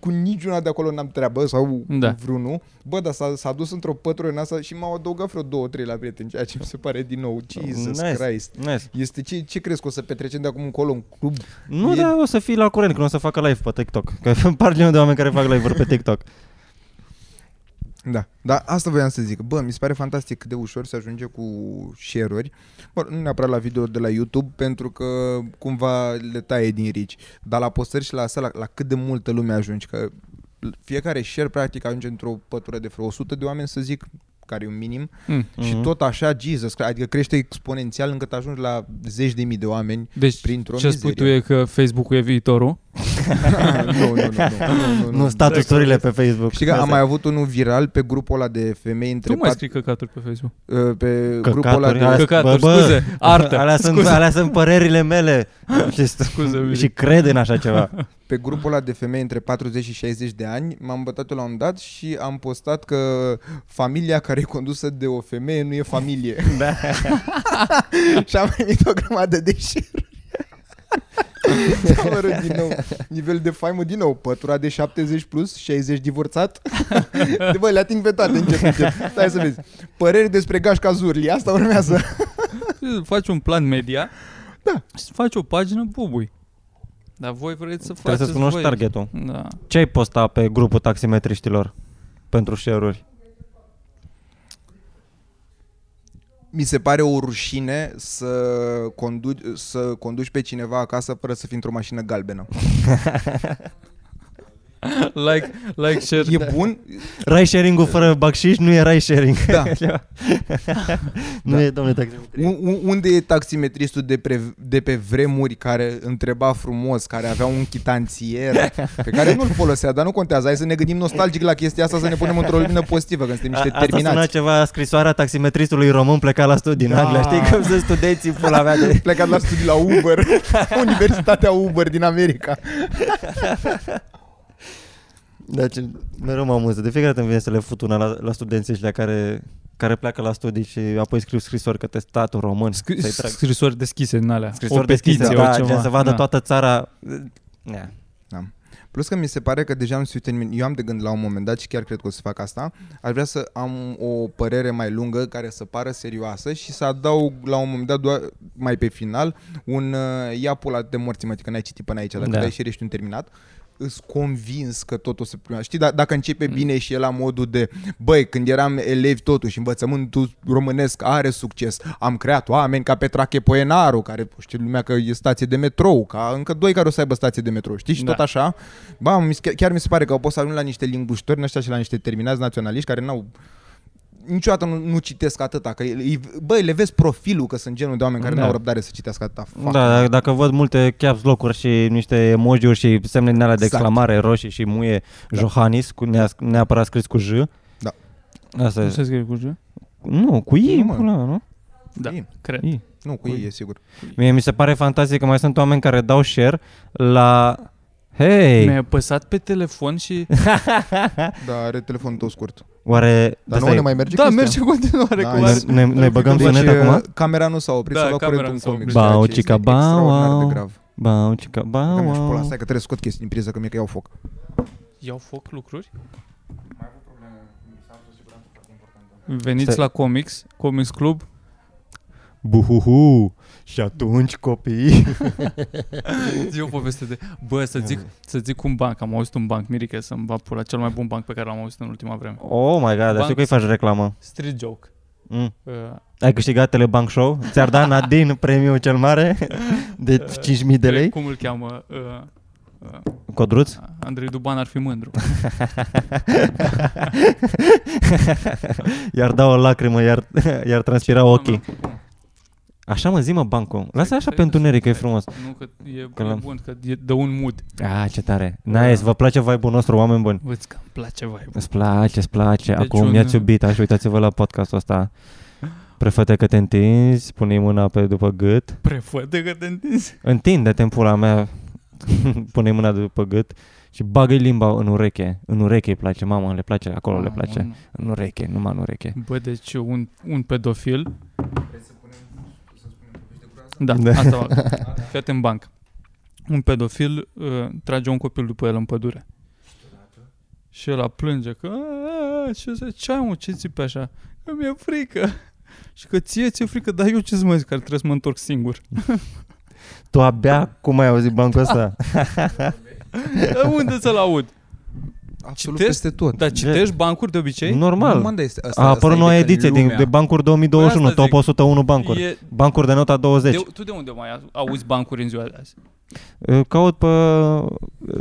[SPEAKER 4] Cu niciuna de acolo n-am treabă sau
[SPEAKER 2] Da.
[SPEAKER 4] da. vreunul. Bă, dar s-a, s-a dus într-o pătură în asta și m-au adăugat vreo două, trei la prieteni, ceea ce mi se pare din nou. Jesus
[SPEAKER 3] Nice.
[SPEAKER 4] Christ.
[SPEAKER 3] Nice.
[SPEAKER 4] Este ce, ce crezi că o să petrecem de acum încolo în club?
[SPEAKER 3] Nu,
[SPEAKER 4] E-
[SPEAKER 3] dar o să fii la curent când o să facă live pe TikTok. Că *laughs* par de oameni care fac live-uri pe TikTok.
[SPEAKER 4] Da, dar asta voiam să zic. Bă, mi se pare fantastic cât de ușor se ajunge cu share-uri. Bă, nu neapărat la video de la YouTube, pentru că cumva le taie din rici. Dar la postări și la asta, la, la cât de multă lume ajungi. Că fiecare share practic ajunge într-o pătură de vreo 100 de oameni, să zic, care e un minim.
[SPEAKER 2] Mm.
[SPEAKER 4] Mm-hmm. Și tot așa, Jesus, Christ, adică crește exponențial încât ajungi la zeci de mii de
[SPEAKER 2] *laughs*
[SPEAKER 4] oameni. *laughs*
[SPEAKER 2] Deci
[SPEAKER 4] Printr-o
[SPEAKER 2] ce spui tu
[SPEAKER 4] mizerie.
[SPEAKER 2] e că Facebook-ul e viitorul?
[SPEAKER 4] nu, nu, nu, nu, nu, nu,
[SPEAKER 3] Nu, statusurile pe Facebook.
[SPEAKER 4] Exact. Știi că am
[SPEAKER 3] Asta.
[SPEAKER 4] mai avut unul viral pe grupul ăla de femei între
[SPEAKER 2] Nu mai
[SPEAKER 4] pat-
[SPEAKER 2] scrii căcaturi pe Facebook.
[SPEAKER 4] uh, pe grupul ăla
[SPEAKER 3] Căcaturi,
[SPEAKER 4] de
[SPEAKER 3] alea-
[SPEAKER 2] Căcaturi,
[SPEAKER 3] bă, bă,
[SPEAKER 2] scuze, artă.
[SPEAKER 3] Alea sunt,
[SPEAKER 2] Scuze.
[SPEAKER 3] alea sunt părerile
[SPEAKER 2] *laughs*
[SPEAKER 3] mele și,
[SPEAKER 2] Scuze, Vili.
[SPEAKER 3] și cred în așa ceva.
[SPEAKER 4] pe grupul ăla de femei între 40 și 60 de ani, m-am bătat eu la un dat și am postat că familia care e condusă de o femeie nu e familie.
[SPEAKER 3] Da.
[SPEAKER 4] și am primit o grămadă de share mă rog, din nou, nivel de faimă din nou, pătura de 70 plus, 60 divorțat. de bă, le ating pe toate încet, încet. Stai să vezi. Păreri despre Gașca Zurli, asta urmează.
[SPEAKER 2] *laughs* Faci un plan media
[SPEAKER 4] Da.
[SPEAKER 2] și faci o pagină bubui. Dar voi vreți să faceți
[SPEAKER 3] Trebuie să-ți cunoști
[SPEAKER 2] voi.
[SPEAKER 3] targetul.
[SPEAKER 2] Da.
[SPEAKER 3] Ce ai posta pe grupul taximetriștilor pentru share-uri?
[SPEAKER 4] mi se pare o rușine să conduci, să conduci pe cineva acasă fără să fii într-o mașină galbenă.
[SPEAKER 2] *laughs* Like, like, share. Da.
[SPEAKER 4] E bun?
[SPEAKER 3] Rai sharing-ul fără bacșiș nu e rai sharing.
[SPEAKER 4] Da.
[SPEAKER 3] *laughs* nu e, domnule taximetrist.
[SPEAKER 4] U- u- unde e taximetristul de, pre- de pe vremuri care întreba frumos, care avea un chitanțier, pe care nu-l folosea, dar nu contează. Hai să ne gândim nostalgic la chestia asta, să ne punem într-o lumină pozitivă, când suntem niște
[SPEAKER 3] A- Asta suna
[SPEAKER 4] terminați.
[SPEAKER 3] ceva scrisoarea taximetristului român plecat la studii în
[SPEAKER 4] Da.
[SPEAKER 3] Anglia. Știi cum sunt studenții pula mea de...
[SPEAKER 4] Plecat la studii la Uber, Universitatea Uber din America.
[SPEAKER 3] *laughs* Deci, mereu mă amuză. De fiecare dată îmi vine să le fut una la, la studenții ăștia care, care pleacă la studii și apoi scriu scrisori către statul român.
[SPEAKER 2] Scri-
[SPEAKER 3] să-i trag.
[SPEAKER 2] scrisori deschise din alea.
[SPEAKER 3] Scrisori
[SPEAKER 2] o petiție,
[SPEAKER 3] deschise, da,
[SPEAKER 2] o ceva.
[SPEAKER 3] gen să vadă
[SPEAKER 2] da.
[SPEAKER 3] toată țara... Da.
[SPEAKER 4] Plus că mi se pare că deja am suntem, eu am de gând la un moment dat și chiar cred că o să fac asta, aș vrea să am o părere mai lungă care să pară serioasă și să adaug la un moment dat doar mai pe final un uh, ia pula de morți mă, că n-ai citit până aici, dacă
[SPEAKER 3] Da.
[SPEAKER 4] da. ai și ești un terminat îs convins că tot o să primească. Știi, da, dacă
[SPEAKER 2] Mm.
[SPEAKER 4] începe bine și e la modul de băi, când eram elevi totuși, învățământul românesc are succes, am creat oameni ca Petrache Poenaru, care știi lumea că e stație de metrou, ca încă doi care o să aibă stație de metrou, știi? Și
[SPEAKER 2] Da.
[SPEAKER 4] da. tot așa. Ba, mi se- chiar, chiar mi se pare că poți să ajungi la niște linguștori în ăștia și la niște terminați naționaliști care n-au niciodată nu, nu citesc atâta, că îi, băi, le vezi profilul că sunt genul de oameni care
[SPEAKER 3] Da.
[SPEAKER 4] n-au răbdare să citească atâta.
[SPEAKER 3] Da,
[SPEAKER 4] Fuck.
[SPEAKER 3] da, dacă văd multe caps lock-uri și niște emoji-uri și semne din alea de
[SPEAKER 4] Exact.
[SPEAKER 3] exclamare roșii și muie
[SPEAKER 4] Da.
[SPEAKER 3] Johannis, cu nea- neapărat scris cu J.
[SPEAKER 4] Da.
[SPEAKER 3] Asta
[SPEAKER 2] Nu
[SPEAKER 3] e.
[SPEAKER 2] se scrie cu J?
[SPEAKER 3] Nu, cu I,
[SPEAKER 4] Nu,
[SPEAKER 3] nu,
[SPEAKER 4] mă.
[SPEAKER 3] până, nu?
[SPEAKER 2] Da,
[SPEAKER 4] Ei.
[SPEAKER 2] cred.
[SPEAKER 3] Ii.
[SPEAKER 4] Nu, cu ei e sigur.
[SPEAKER 3] Mie mi se pare fantastic că mai sunt oameni care dau share la... Hei!
[SPEAKER 2] Mi-ai apăsat pe telefon *laughs* și...
[SPEAKER 4] Dar are telefonul tău scurt.
[SPEAKER 3] Oare... asta
[SPEAKER 4] Dar nouă
[SPEAKER 3] e.
[SPEAKER 4] ne mai merge
[SPEAKER 2] Da,
[SPEAKER 4] chestia?
[SPEAKER 2] merge în continuare
[SPEAKER 4] Da,
[SPEAKER 2] cu
[SPEAKER 4] e-
[SPEAKER 2] are.
[SPEAKER 3] Ne, ne, ne băgăm
[SPEAKER 4] Deci,
[SPEAKER 3] sunet
[SPEAKER 4] uh,
[SPEAKER 3] acum?
[SPEAKER 4] camera nu s-a oprit,
[SPEAKER 2] Da,
[SPEAKER 4] s-a luat
[SPEAKER 2] camera
[SPEAKER 4] curent
[SPEAKER 2] nu
[SPEAKER 4] un
[SPEAKER 2] s-a
[SPEAKER 4] comic.
[SPEAKER 2] oprit.
[SPEAKER 4] ceea ce
[SPEAKER 3] Bau,
[SPEAKER 4] este
[SPEAKER 3] cica, bau.
[SPEAKER 4] extraordinar de grav.
[SPEAKER 3] Bau, cica,
[SPEAKER 4] Că mi-aș
[SPEAKER 3] bau.
[SPEAKER 4] pula, stai că trebuie să scot chestii din priză, că mi-e că iau foc.
[SPEAKER 2] Iau foc lucruri? Veniți
[SPEAKER 3] Stai.
[SPEAKER 2] la Comics, Comics *laughs* Club.
[SPEAKER 3] Buhuhu! Și atunci, copii...
[SPEAKER 2] Zi o poveste de... Bă, să zic, să zic un banc. Am auzit un banc, Mirica, să-mi va pula. Cel mai bun banc pe care l-am auzit în ultima vreme.
[SPEAKER 3] Oh my god, dar știu că îi faci reclamă.
[SPEAKER 2] Street Joke.
[SPEAKER 3] Mm.
[SPEAKER 2] Uh,
[SPEAKER 3] Ai câștigat Telebank Show? Ți-ar da Nadine premiul cel mare de 5.000 de lei?
[SPEAKER 2] Cum îl cheamă? Uh, uh,
[SPEAKER 3] Codruț? *laughs*
[SPEAKER 2] Andrei Duban ar fi mândru.
[SPEAKER 3] iar da o lacrimă, iar, iar transpira ochii.
[SPEAKER 2] Doamne, cum?
[SPEAKER 3] Așa mă zi mă, Banco. Lasă așa
[SPEAKER 2] Stai,
[SPEAKER 3] pe întuneric, că e
[SPEAKER 2] stai.
[SPEAKER 3] frumos.
[SPEAKER 2] Nu, că e,
[SPEAKER 3] Că
[SPEAKER 2] e
[SPEAKER 3] l-am-
[SPEAKER 2] bun, că e, dă un mood.
[SPEAKER 3] Ah, ce tare. Nice, vă place vibe-ul nostru, oameni buni.
[SPEAKER 2] Îți că îmi place vibe *laughs*
[SPEAKER 3] Îți place, îți place.
[SPEAKER 2] Deci
[SPEAKER 3] Acum
[SPEAKER 2] un-
[SPEAKER 3] mi-ați iubit, așa uitați-vă la podcastul ăsta. Prefete că te întinzi, pune mâna pe după gât.
[SPEAKER 2] Prefătă că te întinzi.
[SPEAKER 3] Întinde-te în pula mea, *laughs* pune mâna după gât și bagă limba în ureche. În ureche îi place, mamă, le place, acolo le
[SPEAKER 2] Mamă,
[SPEAKER 3] place.
[SPEAKER 2] nu.
[SPEAKER 3] În ureche, numai în ureche.
[SPEAKER 2] Bă, deci un, un pedofil. Da,
[SPEAKER 3] Da.
[SPEAKER 2] asta va.
[SPEAKER 3] *laughs*
[SPEAKER 2] Fii atent în banc. Un pedofil uh, trage un copil după el în pădure. Și el plânge că "Aaa, ce să ce ai mă, ce țipi așa? Că mi-e frică. Și că ție ți-e frică, dar eu ce-ți mă zic, că ar trebui să mă întorc
[SPEAKER 3] *laughs*
[SPEAKER 2] singur.
[SPEAKER 3] Tu abia acum ai auzit bancul ăsta?
[SPEAKER 2] Ah, Dar unde să-l aud?
[SPEAKER 4] Absolut
[SPEAKER 2] Citesc?
[SPEAKER 4] peste tot.
[SPEAKER 2] Dar citești bancuri de obicei?
[SPEAKER 3] Da, Normal.
[SPEAKER 4] Nu, mă, dar este- asta-
[SPEAKER 3] a
[SPEAKER 4] asta
[SPEAKER 3] apărut
[SPEAKER 4] e
[SPEAKER 3] noua
[SPEAKER 4] că
[SPEAKER 3] ediție din,
[SPEAKER 4] lumea-
[SPEAKER 3] de Bancuri 2021,
[SPEAKER 2] Păi asta
[SPEAKER 3] top
[SPEAKER 2] zic.
[SPEAKER 3] 101 bancuri.
[SPEAKER 2] E,
[SPEAKER 3] Bancuri de nota 20.
[SPEAKER 2] de, tu de unde mai auzi bancuri în ziua de azi?
[SPEAKER 3] Eu... Caut pe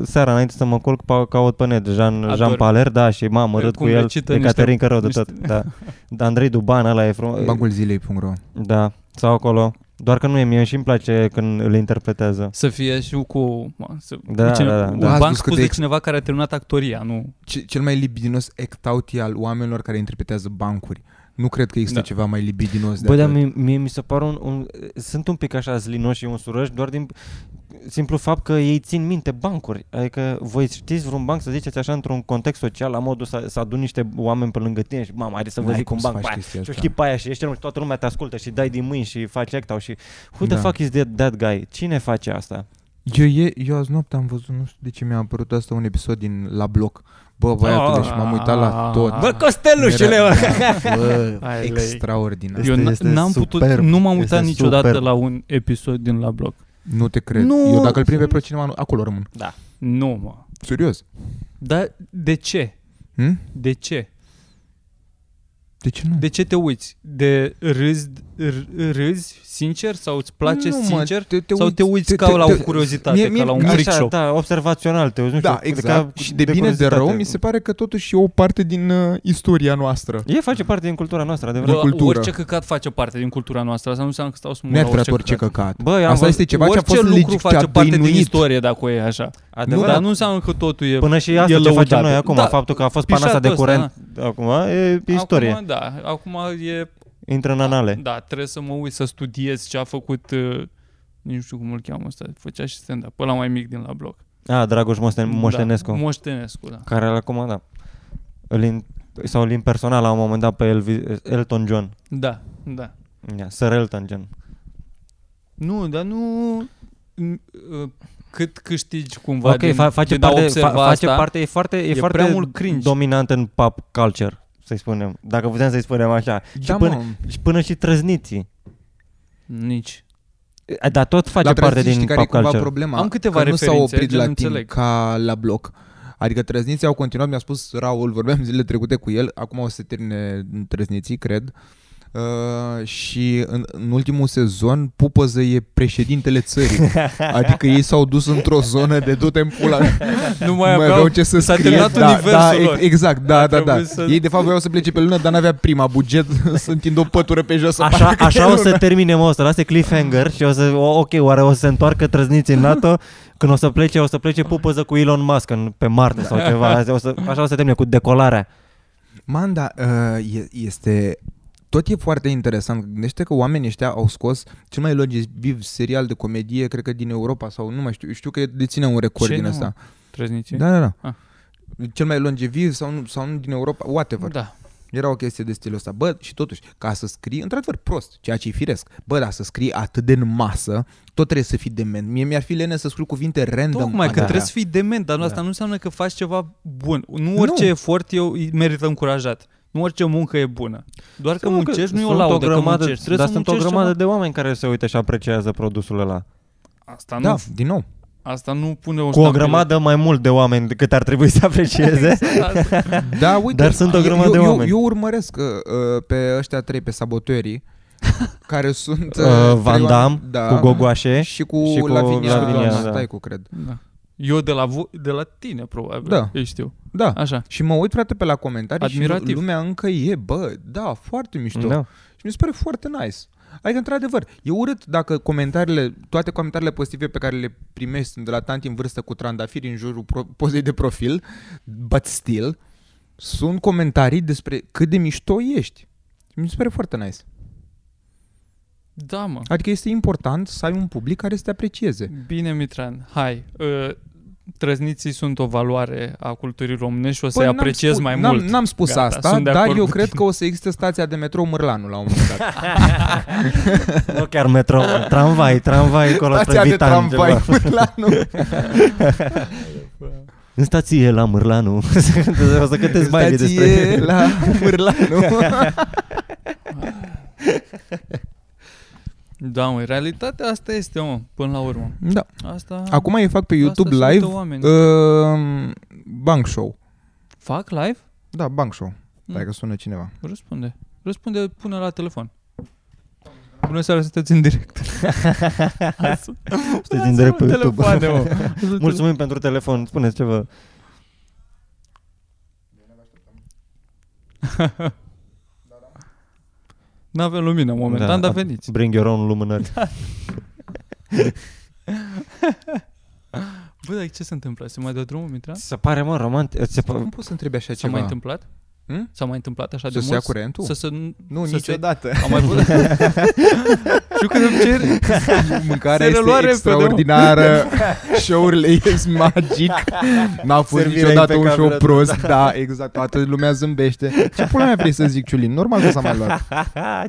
[SPEAKER 3] seara înainte să mă culc, pa- caut pe net Jean,
[SPEAKER 2] Ador.
[SPEAKER 3] Jean Paler, da, și m-am urât
[SPEAKER 2] Cum
[SPEAKER 3] cu
[SPEAKER 2] le
[SPEAKER 3] el,
[SPEAKER 2] cită
[SPEAKER 3] de
[SPEAKER 2] niște-
[SPEAKER 3] Caterin că rău de
[SPEAKER 2] niște-
[SPEAKER 3] tot. Da. Da, Andrei Duban, ăla e frumos.
[SPEAKER 4] Bancul zilei.ro
[SPEAKER 3] Da, sau acolo. Doar că nu e, mie și îmi place când îl interpretează.
[SPEAKER 2] Să fie și cu... mă, Să,
[SPEAKER 3] Da,
[SPEAKER 2] cu cine,
[SPEAKER 3] da, da,
[SPEAKER 2] un
[SPEAKER 3] da.
[SPEAKER 2] banc
[SPEAKER 4] Ați văzut deci- cât
[SPEAKER 2] spus
[SPEAKER 4] de
[SPEAKER 2] de
[SPEAKER 4] ex-
[SPEAKER 2] cineva care a terminat actoria, nu...
[SPEAKER 4] Ce, cel mai libidinos act out e al oamenilor care interpretează bancuri. Nu cred că există
[SPEAKER 2] Da.
[SPEAKER 4] ceva mai libidinos de
[SPEAKER 3] Bă, dar
[SPEAKER 4] atât.
[SPEAKER 3] mie, mie mi se par un, un... Sunt un pic așa zlinoși și unsurăși doar din simplu fapt că ei țin minte bancuri. Adică voi știți vreun banc, să ziceți așa, într-un context social, la modul să, să aduni niște oameni pe lângă tine și mamă, haide să vă
[SPEAKER 4] N-ai
[SPEAKER 3] zic
[SPEAKER 4] cum
[SPEAKER 3] un
[SPEAKER 4] să
[SPEAKER 3] banc
[SPEAKER 4] faci
[SPEAKER 3] pe aia.
[SPEAKER 4] chestia
[SPEAKER 3] Și
[SPEAKER 4] asta.
[SPEAKER 3] știi pe Deci aia și ești și toată lumea te ascultă și dai din mâini și faci act și who the
[SPEAKER 4] Da.
[SPEAKER 3] fuck is that, that guy? Cine face asta?
[SPEAKER 4] Eu, e, eu azi noapte am văzut, nu știu de ce mi-a apărut asta, un episod din La Bloc. Bă, băiatule, și m-am uitat la tot.
[SPEAKER 2] Bă,
[SPEAKER 3] Ah, Costelușule,
[SPEAKER 4] Era- Bă,
[SPEAKER 2] Ai lei.
[SPEAKER 4] extraordinar.
[SPEAKER 3] Este-
[SPEAKER 2] Eu n-
[SPEAKER 3] este
[SPEAKER 2] n-am putut,
[SPEAKER 3] superb,
[SPEAKER 2] nu m-am
[SPEAKER 3] este
[SPEAKER 2] uitat niciodată
[SPEAKER 3] superb.
[SPEAKER 2] la un episod din La Bloc.
[SPEAKER 4] Nu te cred.
[SPEAKER 2] Nu.
[SPEAKER 4] Eu dacă îl prind pe procinema, nu- acolo rămân.
[SPEAKER 2] Nu, mă.
[SPEAKER 4] Serios.
[SPEAKER 2] Dar de ce?
[SPEAKER 4] Hm?
[SPEAKER 2] De ce?
[SPEAKER 4] De ce nu?
[SPEAKER 2] De ce te uiți? De râzi, r- râzi sincer sau îți place
[SPEAKER 4] Nu, mă,
[SPEAKER 2] sincer?
[SPEAKER 4] te- te
[SPEAKER 2] sau te uiți ca la o curiozitate,
[SPEAKER 4] mie- mie-
[SPEAKER 2] ca la un
[SPEAKER 4] așa,
[SPEAKER 2] freak show?
[SPEAKER 3] da, observațional, te uiți, nu știu,
[SPEAKER 4] Da, exact.
[SPEAKER 3] ca-
[SPEAKER 4] și de, bine de
[SPEAKER 3] curiozitate.
[SPEAKER 4] rău, mi se pare că totuși e o parte din uh, istoria noastră.
[SPEAKER 3] E face parte din cultura noastră, adevărat.
[SPEAKER 2] Bă,
[SPEAKER 4] cultură.
[SPEAKER 2] orice căcat face parte din cultura noastră. Asta nu înseamnă că stau să mă uit la
[SPEAKER 4] Neapărat
[SPEAKER 2] orice,
[SPEAKER 4] orice
[SPEAKER 2] căcat.
[SPEAKER 4] căcat.
[SPEAKER 3] Bă, eu am
[SPEAKER 4] Asta
[SPEAKER 3] văzut-
[SPEAKER 4] este ceva ce a
[SPEAKER 2] orice
[SPEAKER 4] fost
[SPEAKER 2] lucru
[SPEAKER 4] legic, ce
[SPEAKER 2] face
[SPEAKER 4] a
[SPEAKER 2] parte din
[SPEAKER 4] dăinuit.
[SPEAKER 2] istorie dacă e așa.
[SPEAKER 3] Adevărat.
[SPEAKER 2] Dar nu înseamnă că totul e
[SPEAKER 3] Până și
[SPEAKER 2] e
[SPEAKER 3] asta ce
[SPEAKER 2] lăudabil.
[SPEAKER 3] facem noi acum,
[SPEAKER 2] Da,
[SPEAKER 3] faptul că a fost pana asta de
[SPEAKER 2] pișatul ăsta,
[SPEAKER 3] curent acum, e istorie,
[SPEAKER 2] Acum, da, acum e...
[SPEAKER 3] intră în anale.
[SPEAKER 2] Da, trebuie să mă uit să studiez ce a făcut... uh, Nu știu cum îl cheamă ăsta, făcea și stand-up, ăla mai mic din la bloc.
[SPEAKER 3] A, Dragoș Moșten- Moștenescu,
[SPEAKER 2] Da, Moștenescu, da.
[SPEAKER 3] care acum, da, îl in, sau îl impersona la un moment dat pe Elvis, Elton John.
[SPEAKER 2] Da, da.
[SPEAKER 3] Ia, Sir Elton John.
[SPEAKER 2] Nu, dar nu... n- uh, Cât câștigi cumva
[SPEAKER 3] ok,
[SPEAKER 2] din,
[SPEAKER 3] fa- face,
[SPEAKER 2] din a
[SPEAKER 3] parte,
[SPEAKER 2] observa
[SPEAKER 3] fa- face
[SPEAKER 2] asta.
[SPEAKER 3] parte, e foarte, e
[SPEAKER 2] E
[SPEAKER 3] foarte
[SPEAKER 2] prea mult cringe.
[SPEAKER 3] dominant în pop culture, să-i spunem, dacă putem să-i spunem așa. și,
[SPEAKER 4] Da,
[SPEAKER 3] până,
[SPEAKER 4] mă.
[SPEAKER 3] și până și trăzniții.
[SPEAKER 2] Nici.
[SPEAKER 3] E, Dar tot face
[SPEAKER 4] la
[SPEAKER 3] parte
[SPEAKER 4] trăzniți,
[SPEAKER 3] din
[SPEAKER 4] știi care e
[SPEAKER 3] pop
[SPEAKER 4] cumva
[SPEAKER 3] culture.
[SPEAKER 4] problema.
[SPEAKER 2] Am câteva
[SPEAKER 4] că nu s-au
[SPEAKER 2] referințe,
[SPEAKER 4] oprit
[SPEAKER 2] gen
[SPEAKER 4] la timp
[SPEAKER 2] înțeleg.
[SPEAKER 4] ca la bloc. Adică trăzniții au continuat, mi-a spus Raul, vorbeam zilele trecute cu el, acum o să se termine trăzniții, cred. Uh, și în, în ultimul sezon Pupăză e președintele
[SPEAKER 3] *laughs*
[SPEAKER 4] țării Adică ei s-au dus într-o zonă De du-te în pula
[SPEAKER 2] Nu
[SPEAKER 4] Mai
[SPEAKER 2] mai
[SPEAKER 4] aveau,
[SPEAKER 2] aveau...
[SPEAKER 4] ce să
[SPEAKER 2] s-a
[SPEAKER 4] scrie
[SPEAKER 2] terminat
[SPEAKER 4] da, da,
[SPEAKER 2] universul lor.
[SPEAKER 4] e- Exact, da,
[SPEAKER 2] A
[SPEAKER 4] da, da
[SPEAKER 2] trebuit să-
[SPEAKER 4] Ei de fapt voiau să plece pe lună Dar n-avea prima buget *laughs* Să întind o pătură pe jos să
[SPEAKER 3] Așa,
[SPEAKER 4] parcă
[SPEAKER 3] așa
[SPEAKER 4] e
[SPEAKER 3] o
[SPEAKER 4] lună.
[SPEAKER 3] să terminem o să lase cliffhanger și o să, o, ok, oare o să se întoarcă trăzniții în NATO? Când o să plece, o să plece pupăză cu Elon Musk în, pe Marte sau ceva. Asta O să, așa o să termine cu decolarea.
[SPEAKER 4] Manda uh, este tot e foarte interesant. Gândește că oamenii ăștia au scos cel mai longeviv serial de comedie, cred că din Europa sau nu mai știu, știu că deține un record
[SPEAKER 2] Ce,
[SPEAKER 4] din
[SPEAKER 2] nu?
[SPEAKER 4] ăsta.
[SPEAKER 2] Trăznicie?
[SPEAKER 4] Da, da, da.
[SPEAKER 2] Ah.
[SPEAKER 4] Cel mai longeviv sau nu, sau nu din Europa, whatever. Da.
[SPEAKER 2] da.
[SPEAKER 4] Era o chestie de stilul ăsta. Bă, și totuși, ca să scrii, într-adevăr, prost, ceea ce e firesc. Bă, dar să scrii atât de în masă, tot trebuie să fii dement. Mie mi-ar fi lene să scriu cuvinte random.
[SPEAKER 2] Tocmai că
[SPEAKER 3] Da,
[SPEAKER 4] alea.
[SPEAKER 2] trebuie să fii dement, dar nu asta nu înseamnă că faci ceva bun. Nu orice
[SPEAKER 4] Nu.
[SPEAKER 2] efort eu merită încurajat. Nu orice muncă e bună. Doar că
[SPEAKER 3] Sigur
[SPEAKER 2] muncești nu e o
[SPEAKER 3] sunt
[SPEAKER 2] laudă că
[SPEAKER 3] grămadă-
[SPEAKER 2] muncești. Trebuie
[SPEAKER 3] dar
[SPEAKER 2] să
[SPEAKER 3] sunt o
[SPEAKER 2] muncești
[SPEAKER 3] grămadă
[SPEAKER 2] ceva.
[SPEAKER 3] de oameni care se uită și apreciază produsul ăla.
[SPEAKER 2] Asta
[SPEAKER 4] Da,
[SPEAKER 2] nu,
[SPEAKER 4] din nou.
[SPEAKER 2] asta nu pune un
[SPEAKER 3] Cu o
[SPEAKER 2] stop pe-
[SPEAKER 3] grămadă mai mult de oameni decât ar trebui să
[SPEAKER 4] *laughs*
[SPEAKER 3] aprecieze.
[SPEAKER 4] Exact.
[SPEAKER 2] Asta-
[SPEAKER 4] Da, uite,
[SPEAKER 3] Dar sunt o
[SPEAKER 4] eu-
[SPEAKER 3] grămadă
[SPEAKER 4] eu,
[SPEAKER 3] de oameni.
[SPEAKER 4] Eu, eu urmăresc uh, uh, pe ăștia trei, pe
[SPEAKER 3] *laughs*
[SPEAKER 4] saboterii, care sunt...
[SPEAKER 3] Uh,
[SPEAKER 4] trei
[SPEAKER 3] Van Damme,
[SPEAKER 4] oameni-
[SPEAKER 3] da. cu Gogoașe.
[SPEAKER 4] și cu,
[SPEAKER 3] și cu
[SPEAKER 4] Lavinia, și cu
[SPEAKER 2] Lavinia,
[SPEAKER 4] doamna
[SPEAKER 3] da.
[SPEAKER 4] Staicu, cred.
[SPEAKER 2] *laughs* da. Eu de la, vo- de la tine, probabil,
[SPEAKER 4] Da.
[SPEAKER 2] eu știu.
[SPEAKER 4] Da.
[SPEAKER 2] Așa.
[SPEAKER 4] Și mă uit, frate, pe la comentarii și
[SPEAKER 2] Admirativ.
[SPEAKER 4] lumea încă e, bă, da, foarte mișto.
[SPEAKER 3] Da.
[SPEAKER 4] Și mi se pare foarte nice. Adică, într-adevăr, e urât dacă comentariile, toate comentariile pozitive pe care le primești sunt de la tanti în vârstă cu trandafiri în jurul pro- pozei de profil, but still, sunt comentarii despre cât de mișto ești. Și mi se pare foarte nice.
[SPEAKER 2] Da, mă.
[SPEAKER 4] Adică este important să ai un public care să te aprecieze.
[SPEAKER 2] Bine, Mitran, hai. Uh, Trăzniții sunt o valoare a culturii românești și o să-i
[SPEAKER 4] Bă, Păi, n-am
[SPEAKER 2] apreciez
[SPEAKER 4] spus-
[SPEAKER 2] mai
[SPEAKER 4] n-am,
[SPEAKER 2] mult.
[SPEAKER 4] N-am spus
[SPEAKER 2] Gata,
[SPEAKER 4] asta,
[SPEAKER 2] sunt de
[SPEAKER 4] dar
[SPEAKER 2] acord
[SPEAKER 4] eu
[SPEAKER 2] cu
[SPEAKER 4] cred că o să existe stația de metrou Mârlanu la un moment dat.
[SPEAKER 2] *laughs*
[SPEAKER 3] Nu chiar metro, tramvai,
[SPEAKER 4] *laughs*
[SPEAKER 3] tramvai acolo spre
[SPEAKER 4] Stația de
[SPEAKER 3] Vitan,
[SPEAKER 4] tramvai
[SPEAKER 3] ceva.
[SPEAKER 4] Mârlanu.
[SPEAKER 3] În stație la Mârlanu. *laughs* o să cântezi baile
[SPEAKER 4] Stație
[SPEAKER 3] despre...
[SPEAKER 4] la Mârlanu.
[SPEAKER 2] *laughs* Da, mă, realitatea asta este, mă, până la urmă.
[SPEAKER 4] da.
[SPEAKER 2] Asta...
[SPEAKER 4] Acum ei fac pe YouTube
[SPEAKER 2] se uită
[SPEAKER 4] live
[SPEAKER 2] oamenii.
[SPEAKER 4] uh, Bank Show.
[SPEAKER 2] Fac live?
[SPEAKER 4] Da, Bank Show. Dacă
[SPEAKER 2] Mm.
[SPEAKER 4] sună cineva.
[SPEAKER 2] Răspunde. Răspunde, pune la telefon. Bună seara, sunteți în direct.
[SPEAKER 4] *laughs*
[SPEAKER 3] Sunteți în direct pe YouTube.
[SPEAKER 2] Telefoane,
[SPEAKER 4] *laughs*
[SPEAKER 2] mă.
[SPEAKER 3] Mulțumim pentru telefon, spuneți ceva.
[SPEAKER 2] N-avem lumină momentan,
[SPEAKER 3] Da,
[SPEAKER 2] dar veniți. Da.
[SPEAKER 3] Bring your own lumânări.
[SPEAKER 2] Bă, dar ce se întâmplă? Se mai dă drumul, Mitra?
[SPEAKER 3] Ți se pare, mă, romantic? Se
[SPEAKER 4] Păi, Cum
[SPEAKER 3] pa-
[SPEAKER 4] poți să întrebi așa
[SPEAKER 2] S-a
[SPEAKER 4] ceva?
[SPEAKER 2] mai întâmplat?
[SPEAKER 4] Hmm?
[SPEAKER 2] S-a mai întâmplat așa de
[SPEAKER 4] Să se ia
[SPEAKER 2] mult?
[SPEAKER 4] curentul?
[SPEAKER 2] Să se...
[SPEAKER 4] Nu, da.
[SPEAKER 2] să *laughs*
[SPEAKER 4] niciodată.
[SPEAKER 2] Se... Am mai
[SPEAKER 4] *laughs*
[SPEAKER 2] văzut. Știu că îmi cer.
[SPEAKER 4] Mâncarea
[SPEAKER 2] Se
[SPEAKER 4] este
[SPEAKER 2] reluare pe *laughs*
[SPEAKER 4] extraordinară, show-urile e magic, n-a fost
[SPEAKER 3] Servirea
[SPEAKER 4] niciodată un
[SPEAKER 3] impecabilă,
[SPEAKER 4] show prost, da, *laughs* exact, toată lumea zâmbește. Ce pula mea vrei să zic, Ciulin? Normal că s-a mai luat.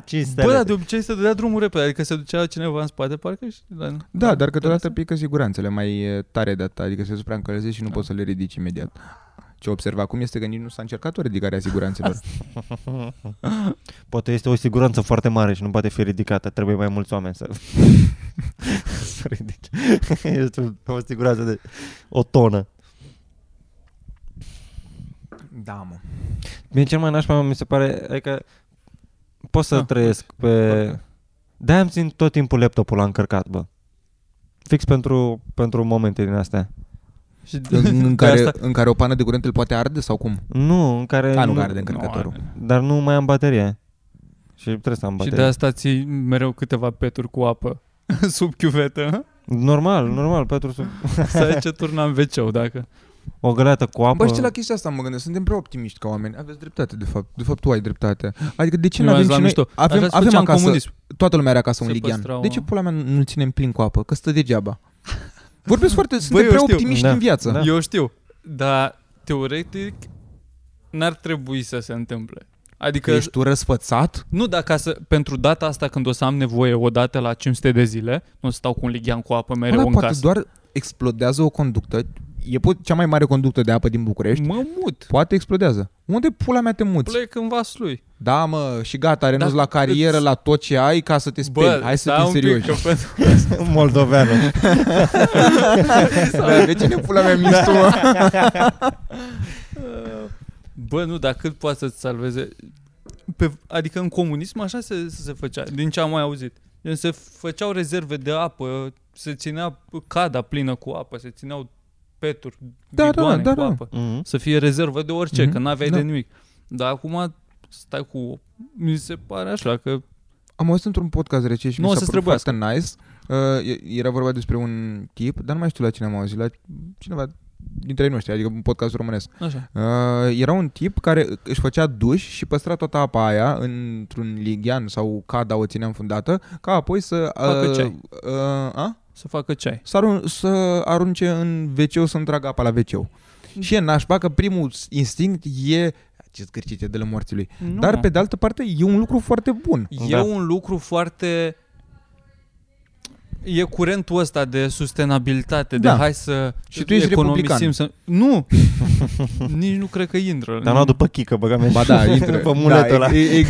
[SPEAKER 3] Cinci
[SPEAKER 2] Bă, dar
[SPEAKER 3] stele.
[SPEAKER 2] de obicei se dădea drumul repede, adică se ducea cineva în spate, parcă și...
[SPEAKER 4] Da, dar câteodată pică siguranțele mai e, tare de atât, adică se supraîncălzesc și nu poți să le ridici imediat. Ce observ acum este că nici nu s-a încercat o ridicare a siguranțelor.
[SPEAKER 3] Poate este o siguranță foarte mare și nu poate fi ridicată. Trebuie mai mulți oameni să... *laughs* să ridice. *laughs* este o siguranță de o tonă.
[SPEAKER 4] Da, mă.
[SPEAKER 3] Mie cel mai nașpa mi se pare, adică pot să
[SPEAKER 2] Ah,
[SPEAKER 3] trăiesc pe... de am țin tot timpul laptopul la încărcat, bă. Fix pentru, pentru momente din astea.
[SPEAKER 2] Și de,
[SPEAKER 4] În,
[SPEAKER 2] de
[SPEAKER 4] în, care,
[SPEAKER 2] asta-
[SPEAKER 4] în care o pană de curent îl poate arde sau cum?
[SPEAKER 3] Nu, în care...
[SPEAKER 4] A, nu, arde încărcătorul.
[SPEAKER 2] Nu,
[SPEAKER 3] Dar nu mai am baterie. Și trebuie să am
[SPEAKER 2] Și
[SPEAKER 3] baterie.
[SPEAKER 2] de asta ții mereu câteva peturi cu apă *laughs* sub chiuvetă,
[SPEAKER 3] Normal, normal, pentru sub...
[SPEAKER 2] să ai ce turna în wc dacă...
[SPEAKER 3] o găleată cu apă.
[SPEAKER 4] Bă, știi
[SPEAKER 3] *laughs*
[SPEAKER 4] la chestia asta mă gândesc, suntem prea optimiști ca oameni. Aveți dreptate, de fapt. De fapt, tu ai dreptate. Adică de ce nu
[SPEAKER 2] Eu am zis
[SPEAKER 4] avem
[SPEAKER 2] la
[SPEAKER 4] și noi?
[SPEAKER 2] mișto. Așa
[SPEAKER 4] Avem,
[SPEAKER 2] se
[SPEAKER 4] avem
[SPEAKER 2] făcea în
[SPEAKER 4] acasă,
[SPEAKER 2] comunism.
[SPEAKER 4] toată lumea are acasă un
[SPEAKER 2] Se
[SPEAKER 4] lighean.
[SPEAKER 2] păstra o-
[SPEAKER 4] De ce pula mea nu-l ținem plin cu apă? Că stă
[SPEAKER 2] *laughs*
[SPEAKER 4] degeaba. Vorbesc foarte, suntem
[SPEAKER 2] eu
[SPEAKER 4] prea
[SPEAKER 2] știu.
[SPEAKER 4] optimiști
[SPEAKER 3] Da.
[SPEAKER 4] în viață.
[SPEAKER 3] Da.
[SPEAKER 2] Eu știu, dar teoretic n-ar trebui să se întâmple.
[SPEAKER 4] Că
[SPEAKER 2] Adică,
[SPEAKER 4] ești tu răsfățat?
[SPEAKER 2] nu dacă să, pentru data asta când o să am nevoie o dată la 500 de zile, nu o să stau cu un lighean cu apă mereu
[SPEAKER 4] Ăla
[SPEAKER 2] în
[SPEAKER 4] poate
[SPEAKER 2] casă.
[SPEAKER 4] doar explodează o conductă. E po- cea mai mare conductă de apă din București.
[SPEAKER 2] Mă mut,
[SPEAKER 4] Poate explodează. Unde pula mea te muți?
[SPEAKER 2] plec în vas lui.
[SPEAKER 4] Da, mă, și gata, renunți
[SPEAKER 2] Dacă
[SPEAKER 4] la carieră,
[SPEAKER 2] îți-
[SPEAKER 4] la tot ce ai ca să te speli.
[SPEAKER 2] Bă,
[SPEAKER 4] Hai să
[SPEAKER 2] stai
[SPEAKER 4] fim
[SPEAKER 2] un pic,
[SPEAKER 4] serioși.
[SPEAKER 2] că pentru-
[SPEAKER 3] Moldoveană.
[SPEAKER 4] Da, de ce ne pula mea mistu, mă?
[SPEAKER 2] *laughs* Bă, nu, dar cât poate să-ți salveze? Pe, adică în comunism așa se, se făcea, din ce am mai auzit. Gen, Se făceau rezerve de apă, se ținea cada plină cu apă, se țineau peturi,
[SPEAKER 4] Da, da,
[SPEAKER 2] bidoane
[SPEAKER 4] da,
[SPEAKER 2] cu
[SPEAKER 4] da.
[SPEAKER 2] apă.
[SPEAKER 3] Mhm.
[SPEAKER 2] Să fie rezervă de orice,
[SPEAKER 4] Mhm,
[SPEAKER 2] că n-aveai
[SPEAKER 4] da.
[SPEAKER 2] de nimic. Dar acum stai cu... Mi se pare așa că...
[SPEAKER 4] Am auzit într-un podcast rece și
[SPEAKER 2] Nu
[SPEAKER 4] mi
[SPEAKER 2] o
[SPEAKER 4] s-a
[SPEAKER 2] să-ți
[SPEAKER 4] părut foarte nice. Uh, e- era vorba despre un tip, dar nu mai știu la cine am auzit, la cineva dintre ei noștri, adică un podcast românesc.
[SPEAKER 2] Așa.
[SPEAKER 4] Uh, era un tip care își făcea duș și păstra toată apa aia într-un lighean sau cada o ținea înfundată, ca apoi să...
[SPEAKER 2] Facă ceai.
[SPEAKER 4] Uh, a?
[SPEAKER 2] Să facă ceai.
[SPEAKER 4] Să, arun- să arunce în wc să întreagă apa la wc Și e nașpa că primul instinct e ce zgârcite de la morții lui.
[SPEAKER 2] Nu,
[SPEAKER 4] Dar
[SPEAKER 2] mă.
[SPEAKER 4] pe de altă parte e un lucru foarte bun.
[SPEAKER 2] E
[SPEAKER 3] Da.
[SPEAKER 2] un lucru foarte... E curentul ăsta de sustenabilitate, de
[SPEAKER 4] Da.
[SPEAKER 2] hai să
[SPEAKER 4] Și tu ești
[SPEAKER 2] economisim
[SPEAKER 4] republican.
[SPEAKER 2] să... Nu! *laughs* Nici nu cred că intră.
[SPEAKER 3] Te-am luat după chică, băga mea.
[SPEAKER 4] Ba *laughs* da, intră.
[SPEAKER 3] *laughs* Pe muletul ăla.
[SPEAKER 4] da, e, e,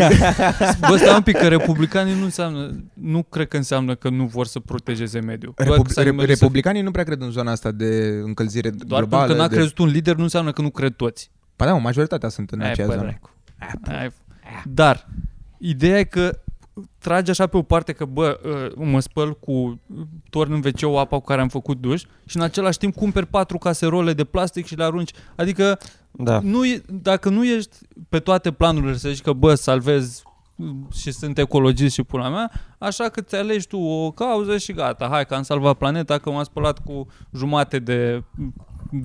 [SPEAKER 2] *laughs* Bă, stai un pic, că republicanii nu înseamnă... Nu cred că înseamnă că nu vor să protejeze mediul. Doar că
[SPEAKER 4] Repub-
[SPEAKER 2] s-ar
[SPEAKER 4] re-
[SPEAKER 2] merge să-
[SPEAKER 4] republicanii nu prea cred în zona asta de încălzire
[SPEAKER 2] Doar
[SPEAKER 4] globală.
[SPEAKER 2] pentru că n-a
[SPEAKER 4] de...
[SPEAKER 2] crezut un lider nu înseamnă că nu cred toți.
[SPEAKER 4] Ba da, mă, majoritatea sunt în
[SPEAKER 2] Aia e
[SPEAKER 4] aceea
[SPEAKER 2] pe
[SPEAKER 4] zonă.
[SPEAKER 2] dracu. Aia e- Dar, ideea e că trage așa pe o parte că, bă, uh, mă spăl cu, torn în wc apa cu care am făcut duș și în același timp cumperi patru caserole de plastic și le arunci. Adică,
[SPEAKER 3] Da.
[SPEAKER 2] nu e, dacă nu ești pe toate planurile să zici că, bă, salvez mm, și sunt ecologist și pula mea, așa că ți alegi tu o cauză și gata, hai că am salvat planeta, că m-am spălat cu jumate de mm,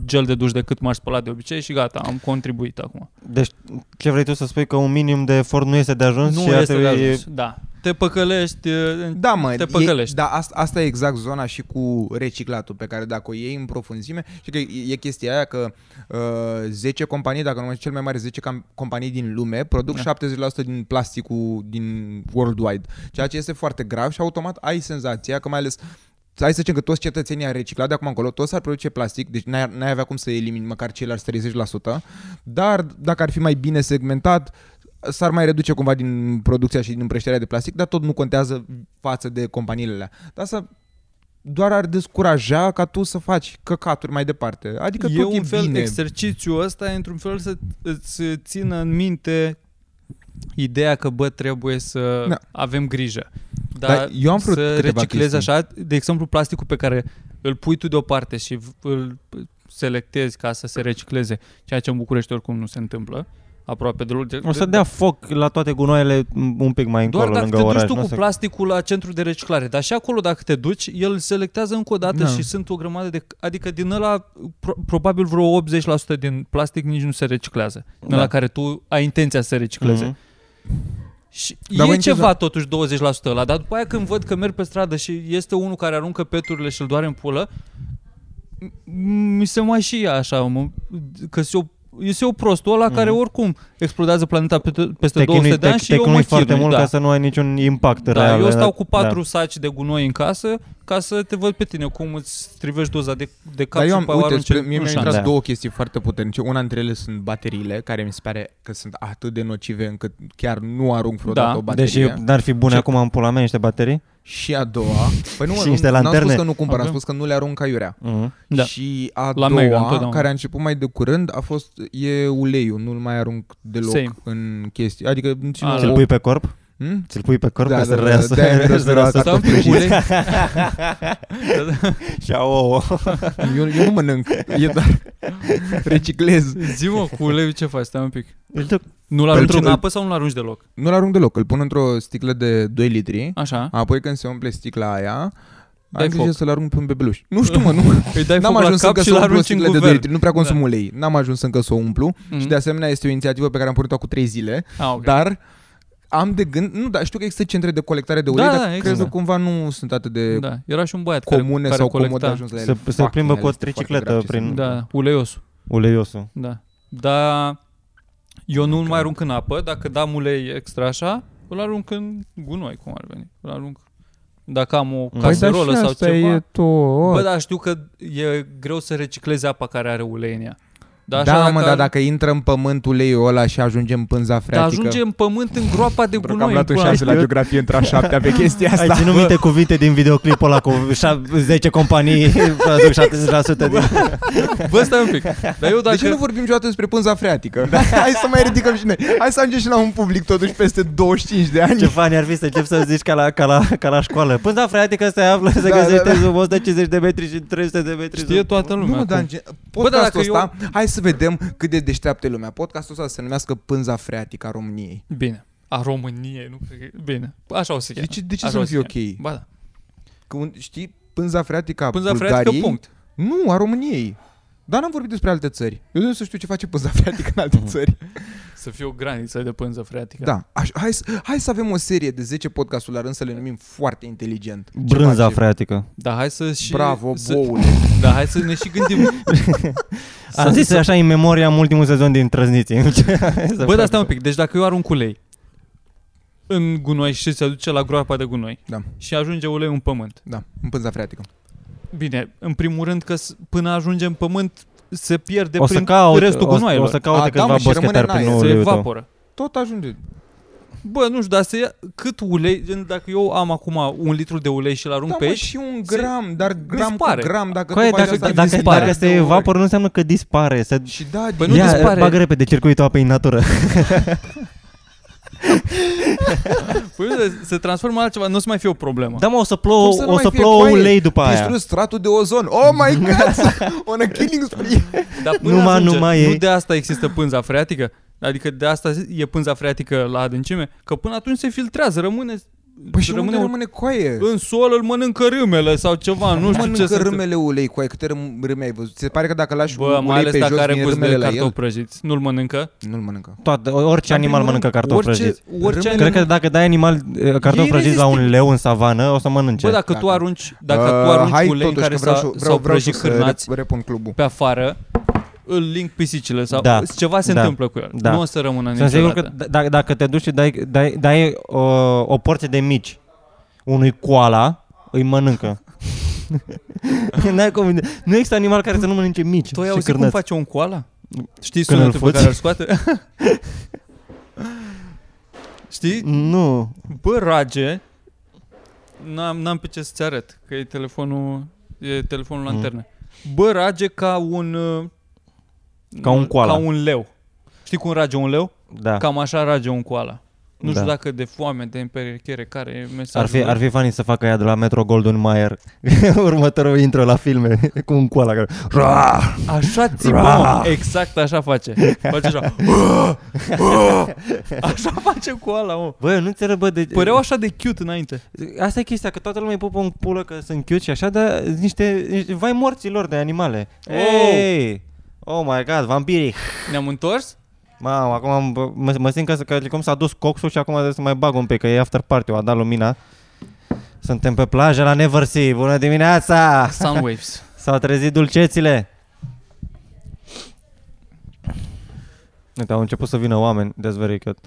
[SPEAKER 2] gel de duș decât m-aș spăla de obicei și gata, am contribuit acum.
[SPEAKER 3] Deci ce vrei tu să spui că un minim de efort nu este de ajuns?
[SPEAKER 2] Nu
[SPEAKER 3] și ar
[SPEAKER 2] este de
[SPEAKER 3] trebui-
[SPEAKER 2] ajuns, da. Te păcălești, e,
[SPEAKER 4] Da, mă,
[SPEAKER 2] Te păcălești.
[SPEAKER 4] E, da, asta, asta e exact zona și cu reciclatul, pe care dacă o iei în profunzime, și că e e chestia aia că uh, 10 companii, dacă nu mă știu, cel mai mare 10 cam, companii din lume, produc da. 70% din plasticul din worldwide, ceea ce este foarte grav și automat ai senzația că mai ales hai să zicem că toți cetățenii ar recicla de acum încolo, toți ar produce plastic, deci n-ai, n-ai avea cum să elimini măcar ceilalți 30%, dar dacă ar fi mai bine segmentat, s-ar mai reduce cumva din producția și din împrăștierea de plastic, dar tot nu contează față de companiile alea. Dar asta doar ar descuraja ca tu să faci căcaturi mai departe. Adică
[SPEAKER 2] e
[SPEAKER 4] tot
[SPEAKER 2] un
[SPEAKER 4] e
[SPEAKER 2] fel,
[SPEAKER 4] bine.
[SPEAKER 2] exercițiul ăsta e într-un fel să îți țină în minte ideea că, bă, trebuie să
[SPEAKER 4] Da.
[SPEAKER 2] avem grijă. Dar,
[SPEAKER 4] Dar eu am vrut
[SPEAKER 2] să
[SPEAKER 4] câteva
[SPEAKER 2] reciclezi
[SPEAKER 4] chestii.
[SPEAKER 2] așa, de exemplu, plasticul pe care îl pui tu deoparte și v- îl selectezi ca să se recicleze, ceea ce în București oricum nu se întâmplă, aproape deloc. De,
[SPEAKER 3] O să dea foc la toate gunoaiele m, un pic mai încolo,
[SPEAKER 2] doar dacă
[SPEAKER 3] lângă
[SPEAKER 2] te duci
[SPEAKER 3] oraș.
[SPEAKER 2] tu
[SPEAKER 3] nu
[SPEAKER 2] cu
[SPEAKER 3] se-
[SPEAKER 2] plasticul la centru de reciclare, dar și acolo dacă te duci, el selectează încă o dată
[SPEAKER 4] Da.
[SPEAKER 2] și sunt o grămadă de... Adică din ăla, pro, probabil vreo 80% din plastic nici nu se reciclează, da.
[SPEAKER 3] Da.
[SPEAKER 2] în la care tu ai intenția să recicleze.
[SPEAKER 3] Mhm.
[SPEAKER 2] Și
[SPEAKER 4] Dar
[SPEAKER 2] e
[SPEAKER 4] voi
[SPEAKER 2] ceva
[SPEAKER 4] încerca-
[SPEAKER 2] totuși 20% ăla, dar după aia când văd că merg pe stradă și este unul care aruncă peturile și îl doare în pulă, m- mi se mai și ia așa, mă, că se o este o prostul ăla mm-hmm. care oricum explodează planeta pe- peste 200
[SPEAKER 3] Mhm. Te chinui,
[SPEAKER 2] de ani
[SPEAKER 3] te,
[SPEAKER 2] și
[SPEAKER 3] te
[SPEAKER 2] eu mă
[SPEAKER 3] chinui foarte
[SPEAKER 2] chinui,
[SPEAKER 3] mult
[SPEAKER 2] da.
[SPEAKER 3] ca să nu ai niciun impact
[SPEAKER 2] Da,
[SPEAKER 3] real.
[SPEAKER 2] eu stau cu
[SPEAKER 3] Da.
[SPEAKER 2] patru saci de gunoi în casă ca să te văd pe tine cum îți strivești doza de, de cap
[SPEAKER 4] Dar eu
[SPEAKER 2] și
[SPEAKER 4] am,
[SPEAKER 2] pe aia
[SPEAKER 4] uite,
[SPEAKER 2] arunci
[SPEAKER 4] spre,
[SPEAKER 2] în-
[SPEAKER 4] mie
[SPEAKER 2] în
[SPEAKER 4] mi-au
[SPEAKER 2] șanț.
[SPEAKER 4] intrat
[SPEAKER 3] Da.
[SPEAKER 4] două chestii foarte puternice. Una dintre ele sunt bateriile, care mi se pare că sunt atât de nocive încât chiar nu arunc vreodată
[SPEAKER 2] Da,
[SPEAKER 4] o
[SPEAKER 3] Deși
[SPEAKER 4] baterie.
[SPEAKER 3] n-ar fi bune
[SPEAKER 4] Ce-
[SPEAKER 3] acum în pula mea niște baterii.
[SPEAKER 4] Și a doua, păi nu,
[SPEAKER 3] Și
[SPEAKER 4] nu
[SPEAKER 3] niște
[SPEAKER 4] am spus
[SPEAKER 3] lanterne.
[SPEAKER 4] că nu cumpăr, am
[SPEAKER 2] Avem.
[SPEAKER 4] spus că nu le arunc aiurea.
[SPEAKER 3] Mhm.
[SPEAKER 2] Da.
[SPEAKER 4] Și a
[SPEAKER 2] La
[SPEAKER 4] doua,
[SPEAKER 2] Mega, întotdeauna.
[SPEAKER 4] care a început mai de curând, a fost, e uleiul, nu-l mai arunc deloc
[SPEAKER 2] Same.
[SPEAKER 4] în chestii. Adică, nu știu,
[SPEAKER 2] Ah,
[SPEAKER 3] Ți-l
[SPEAKER 2] da.
[SPEAKER 4] o-
[SPEAKER 3] pui pe corp?
[SPEAKER 4] Hmm?
[SPEAKER 3] Ți-l pui pe corp
[SPEAKER 4] Da,
[SPEAKER 3] ca să
[SPEAKER 4] da, da,
[SPEAKER 3] reasă. *laughs*
[SPEAKER 4] de-aia mi-e
[SPEAKER 3] să
[SPEAKER 4] dor
[SPEAKER 3] reasă
[SPEAKER 4] asta.
[SPEAKER 2] Stai un
[SPEAKER 3] corpul.
[SPEAKER 4] *laughs*
[SPEAKER 2] pic, ulei.
[SPEAKER 3] Și a ouă.
[SPEAKER 4] Eu, eu nu mănânc, e doar *laughs* reciclez.
[SPEAKER 2] Zi mă, cu uleiul ce faci? Stai un pic.
[SPEAKER 3] Îl duc.
[SPEAKER 2] Nu-l arunci în
[SPEAKER 4] Pentru-
[SPEAKER 2] apă sau nu-l arunci deloc?
[SPEAKER 4] Nu-l arunc deloc, îl pun într-o sticlă de 2 litri,
[SPEAKER 2] Așa.
[SPEAKER 4] apoi când se umple sticla aia,
[SPEAKER 2] Dai
[SPEAKER 4] am grijă
[SPEAKER 2] foc.
[SPEAKER 4] să-l arunc pe un bebeluș. Nu știu, mă, nu.
[SPEAKER 2] Îi *laughs* dai
[SPEAKER 4] N-am
[SPEAKER 2] foc la
[SPEAKER 4] ajuns
[SPEAKER 2] cap
[SPEAKER 4] încă
[SPEAKER 2] și
[SPEAKER 4] să
[SPEAKER 2] îl
[SPEAKER 4] umplu o
[SPEAKER 2] arunci în
[SPEAKER 4] sticlă de 2
[SPEAKER 2] guvern.
[SPEAKER 4] litri, nu prea consum
[SPEAKER 2] Da.
[SPEAKER 4] ulei. N-am ajuns încă să o umplu și
[SPEAKER 2] Mhm.
[SPEAKER 4] de asemenea este o inițiativă pe care am pornit-o cu 3 zile.
[SPEAKER 2] Ah, ok.
[SPEAKER 4] Dar am de gând, nu, dar știu că există centre de colectare de ulei,
[SPEAKER 2] Da,
[SPEAKER 4] dar
[SPEAKER 2] da,
[SPEAKER 4] cred
[SPEAKER 2] există.
[SPEAKER 4] că cumva nu sunt atât de da.
[SPEAKER 2] Da, era și un băiat care-
[SPEAKER 4] comune
[SPEAKER 2] care
[SPEAKER 4] sau comod de
[SPEAKER 2] colecta.
[SPEAKER 4] ajuns la ele.
[SPEAKER 3] Se- se
[SPEAKER 4] Fucking
[SPEAKER 3] plimbă cu
[SPEAKER 4] hell,
[SPEAKER 3] o
[SPEAKER 4] este foarte
[SPEAKER 3] tricicletă
[SPEAKER 4] grav ce se
[SPEAKER 3] prin-
[SPEAKER 4] întâmplă.
[SPEAKER 2] Da, uleiosul.
[SPEAKER 3] Uleiosul.
[SPEAKER 2] Da. Dar eu nu-l mai arunc în apă, dacă dam ulei extra așa, îl arunc în gunoi, cum ar veni. Îl arunc dacă am o
[SPEAKER 3] Păi,
[SPEAKER 4] Păi, dar
[SPEAKER 2] caserolă
[SPEAKER 4] și
[SPEAKER 2] sau
[SPEAKER 4] asta
[SPEAKER 2] ceva.
[SPEAKER 4] e oh. tot.
[SPEAKER 2] Bă, dar știu că e greu să reciclezi apa care are ulei în ea. Dar
[SPEAKER 4] da,
[SPEAKER 2] așa
[SPEAKER 4] da, mă,
[SPEAKER 2] ar-
[SPEAKER 4] dar dacă intră în pământ uleiul ăla și ajunge în pânza
[SPEAKER 2] dar
[SPEAKER 4] freatică.
[SPEAKER 2] ajunge în pământ în groapa de
[SPEAKER 4] Pentru că
[SPEAKER 2] gunoi.
[SPEAKER 4] am
[SPEAKER 2] în
[SPEAKER 4] luat un
[SPEAKER 2] pula mea.
[SPEAKER 4] șase la geografie
[SPEAKER 3] *laughs*
[SPEAKER 4] într-a șaptea pe chestia
[SPEAKER 3] Ai
[SPEAKER 4] asta.
[SPEAKER 3] ținut minte cuvinte din videoclipul ăla cu șa- 10
[SPEAKER 2] *laughs*
[SPEAKER 3] companii produc 70% din...
[SPEAKER 2] Bă, stai un
[SPEAKER 4] *laughs*
[SPEAKER 2] pic. Dar eu
[SPEAKER 4] De ce nu
[SPEAKER 2] dacă...
[SPEAKER 4] vorbim niciodată despre pânza freatică? *laughs* Hai să mai ridicăm și noi. Hai să ajungem și la un public totuși peste 25 de ani.
[SPEAKER 3] Ce fani ar fi să încep să zici ca la, ca la, ca la școală. Până da, frate, că se află, se
[SPEAKER 4] Da,
[SPEAKER 3] găsește
[SPEAKER 4] da, da.
[SPEAKER 3] sub 150 de metri și 300 de metri.
[SPEAKER 2] Știe
[SPEAKER 3] sub...
[SPEAKER 2] toată lumea.
[SPEAKER 4] Nu, *laughs* mă, dar în
[SPEAKER 2] acum.
[SPEAKER 4] gen- podcastul
[SPEAKER 2] dacă eu-
[SPEAKER 4] ăsta, hai să vedem cât de deșteaptă e lumea. Podcastul ăsta se numească Pânza Freatică a României.
[SPEAKER 2] Bine. A României, nu cred că... Bine. Așa o să
[SPEAKER 4] De ce, de ce
[SPEAKER 2] Așa
[SPEAKER 4] să
[SPEAKER 2] o
[SPEAKER 4] nu
[SPEAKER 2] să
[SPEAKER 4] fie
[SPEAKER 2] fie.
[SPEAKER 4] ok?
[SPEAKER 2] Ba da.
[SPEAKER 4] Că, un- știi, Pânza Freatică a
[SPEAKER 2] Pânza
[SPEAKER 4] Bulgariei?
[SPEAKER 2] freatică, punct.
[SPEAKER 4] Nu, a României. Dar n-am vorbit despre alte țări. Eu nu să știu ce face pânza freatică în
[SPEAKER 2] Mm.
[SPEAKER 4] alte
[SPEAKER 2] *laughs*
[SPEAKER 4] țări.
[SPEAKER 2] Să fie o graniță de pânză freatică.
[SPEAKER 4] Da. Aș, hai, să- hai să avem o serie de 10 podcasturi la rând să le numim foarte inteligent.
[SPEAKER 3] Brânza
[SPEAKER 4] Ceva ce-
[SPEAKER 3] freatică.
[SPEAKER 2] Dar hai să și...
[SPEAKER 4] Bravo,
[SPEAKER 2] să,
[SPEAKER 4] boule.
[SPEAKER 2] *laughs* Dar hai să ne și
[SPEAKER 4] *laughs*
[SPEAKER 2] gândim.
[SPEAKER 3] Am zis așa în memoria am ultimul sezon din Trăzniții. *laughs*
[SPEAKER 2] Bă, dar stai un pic. Deci dacă eu arunc ulei în gunoi și se aduce la groapa de gunoi
[SPEAKER 4] Da.
[SPEAKER 2] și ajunge uleiul în pământ.
[SPEAKER 4] Da, în pânza freatică.
[SPEAKER 2] Bine, în primul rând că s- până ajunge în pământ se pierde
[SPEAKER 3] o să
[SPEAKER 2] prin
[SPEAKER 3] caut,
[SPEAKER 2] restul
[SPEAKER 3] o, să-
[SPEAKER 2] gunoaielor.
[SPEAKER 3] o să caute
[SPEAKER 4] A, da,
[SPEAKER 3] câțiva
[SPEAKER 4] mă, și rămâne
[SPEAKER 3] boschetari
[SPEAKER 4] în aer.
[SPEAKER 3] prin
[SPEAKER 4] Se
[SPEAKER 2] se
[SPEAKER 3] uleiul tău.
[SPEAKER 2] evaporă.
[SPEAKER 4] Tot ajunge.
[SPEAKER 2] Bă, nu știu, dar se ia cât ulei, gen, dacă eu am acum un litru de ulei și-l arunc
[SPEAKER 4] Da,
[SPEAKER 2] pe
[SPEAKER 4] mă,
[SPEAKER 2] aici,
[SPEAKER 4] și un gram, dar gram
[SPEAKER 2] dispare.
[SPEAKER 4] cu gram, dacă
[SPEAKER 3] Coaie,
[SPEAKER 4] tu faci
[SPEAKER 3] dacă,
[SPEAKER 4] asta,
[SPEAKER 3] dacă,
[SPEAKER 4] dispare.
[SPEAKER 3] dacă se
[SPEAKER 4] De ori.
[SPEAKER 3] evaporă nu înseamnă că dispare. Se...
[SPEAKER 4] Și da,
[SPEAKER 2] Păi
[SPEAKER 4] din
[SPEAKER 2] nu
[SPEAKER 3] Ia,
[SPEAKER 2] dispare.
[SPEAKER 3] bagă repede circuitul apei în natură.
[SPEAKER 2] păi, uite, se transformă în altceva, nu o să mai fie o problemă.
[SPEAKER 3] Da, mă, o să
[SPEAKER 4] Cum
[SPEAKER 3] plouă,
[SPEAKER 4] nu
[SPEAKER 3] o
[SPEAKER 4] mai
[SPEAKER 3] să
[SPEAKER 4] fie
[SPEAKER 3] plouă
[SPEAKER 4] coaie?
[SPEAKER 3] ulei după aia.
[SPEAKER 4] Distrus stratul de ozon. Oh
[SPEAKER 3] *laughs*
[SPEAKER 4] my god! *laughs* On a killing spree.
[SPEAKER 2] Dar până
[SPEAKER 3] Numai-
[SPEAKER 2] ajunge,
[SPEAKER 3] numai
[SPEAKER 2] nu
[SPEAKER 3] ei.
[SPEAKER 2] de asta există pânza freatică, adică de asta e pânza freatică la adâncime, că până atunci se filtrează, rămâne,
[SPEAKER 4] Păi și
[SPEAKER 2] rămâne,
[SPEAKER 4] unde rămâne coaie?
[SPEAKER 2] în sol, îl mănâncă râmele sau ceva, nu știu ce
[SPEAKER 4] Mănâncă
[SPEAKER 2] se întâmplă.
[SPEAKER 4] râmele ulei, coaie, câte râm- râme ai văzut? Se pare că dacă lași
[SPEAKER 2] Bă,
[SPEAKER 4] un
[SPEAKER 2] mai
[SPEAKER 4] ulei
[SPEAKER 2] ales
[SPEAKER 4] pe jos,
[SPEAKER 2] dacă are
[SPEAKER 4] vine
[SPEAKER 2] gust de
[SPEAKER 4] râmele la el?
[SPEAKER 2] cartofi prăjiți, nu-l mănâncă. Adică
[SPEAKER 4] Nu-l mănâncă.
[SPEAKER 3] Toată, orice animal mănâncă cartofi
[SPEAKER 2] orice,
[SPEAKER 3] prăjiți.
[SPEAKER 2] Orice
[SPEAKER 4] Râmele
[SPEAKER 2] animal,
[SPEAKER 3] Cred că dacă dai animal eh, cartofi prăjiți la un leu în savană, o să mănânce.
[SPEAKER 2] bă, dacă tu
[SPEAKER 4] Gata.
[SPEAKER 2] arunci, dacă tu
[SPEAKER 4] Uh,
[SPEAKER 2] arunci
[SPEAKER 4] hai
[SPEAKER 2] ulei în
[SPEAKER 4] totuși,
[SPEAKER 2] care
[SPEAKER 4] că vreau
[SPEAKER 2] s-a-
[SPEAKER 4] și-
[SPEAKER 2] s-au
[SPEAKER 4] vreau- vreau și
[SPEAKER 2] prăjit
[SPEAKER 4] să
[SPEAKER 2] cârnați
[SPEAKER 4] rep- repun clubul.
[SPEAKER 2] pe afară, îl link pisicile sau
[SPEAKER 3] Da.
[SPEAKER 2] ceva se
[SPEAKER 3] Da.
[SPEAKER 2] întâmplă cu el.
[SPEAKER 3] Da.
[SPEAKER 2] Nu o să rămână
[SPEAKER 3] Sunt sigur
[SPEAKER 2] niciodată.
[SPEAKER 3] că d- d- dacă te duci și dai, dai, dai o, o porție de mici unui koala, îi mănâncă. *laughs* N-ai cum, nu există animal care să nu mănânce mici
[SPEAKER 2] Tu ai
[SPEAKER 3] și
[SPEAKER 2] auzit cum
[SPEAKER 3] cârnați.
[SPEAKER 2] face un koala? Știi
[SPEAKER 3] Când
[SPEAKER 2] sunetul pe
[SPEAKER 3] îl fuți?
[SPEAKER 2] care îl
[SPEAKER 3] *laughs*
[SPEAKER 2] scoate? Știi?
[SPEAKER 3] Nu.
[SPEAKER 2] Bă, rage, n-am, n-am pe ce să-ți arăt, că e telefonul, e telefonul
[SPEAKER 3] Mm.
[SPEAKER 2] lanternă. Bă, rage ca un... uh,
[SPEAKER 3] Ca un koala.
[SPEAKER 2] Ca un leu. Știi cum rage un leu?
[SPEAKER 3] Da.
[SPEAKER 2] Cam așa rage un koala. Nu știu
[SPEAKER 3] Da.
[SPEAKER 2] dacă de foame, de împerechiere, care e mesajul.
[SPEAKER 3] Ar fi,
[SPEAKER 2] lui.
[SPEAKER 3] ar fi funny să facă ea de la Metro Golden Mayer *laughs* următorul intro la filme *laughs* cu un koala care... Ra!
[SPEAKER 2] Așa țipă,
[SPEAKER 3] Ra!
[SPEAKER 2] mă. exact așa face. Face
[SPEAKER 3] *laughs*
[SPEAKER 2] așa. așa face koala, mă.
[SPEAKER 3] Bă, eu nu înțeleg, bă, de...
[SPEAKER 2] Păreau așa Păi de cute înainte.
[SPEAKER 3] Asta e chestia, că toată lumea îi pupă în pulă că sunt cute și așa, dar sunt niște, niște vai morților de animale.
[SPEAKER 2] Oh!
[SPEAKER 3] Ei! Oh my god, vampirii!
[SPEAKER 2] Ne-am întors?
[SPEAKER 3] Mamă, acum am- bă, mă, mă simt ca, să- ca cum s-a dus coxul și acum trebuie să mai bag un pic, că e after party, a dat lumina. Suntem pe plajă la Neversea, bună dimineața!
[SPEAKER 2] Soundwaves.
[SPEAKER 3] S-au trezit dulcețile! Uite, au început să vină oameni, that's very cute.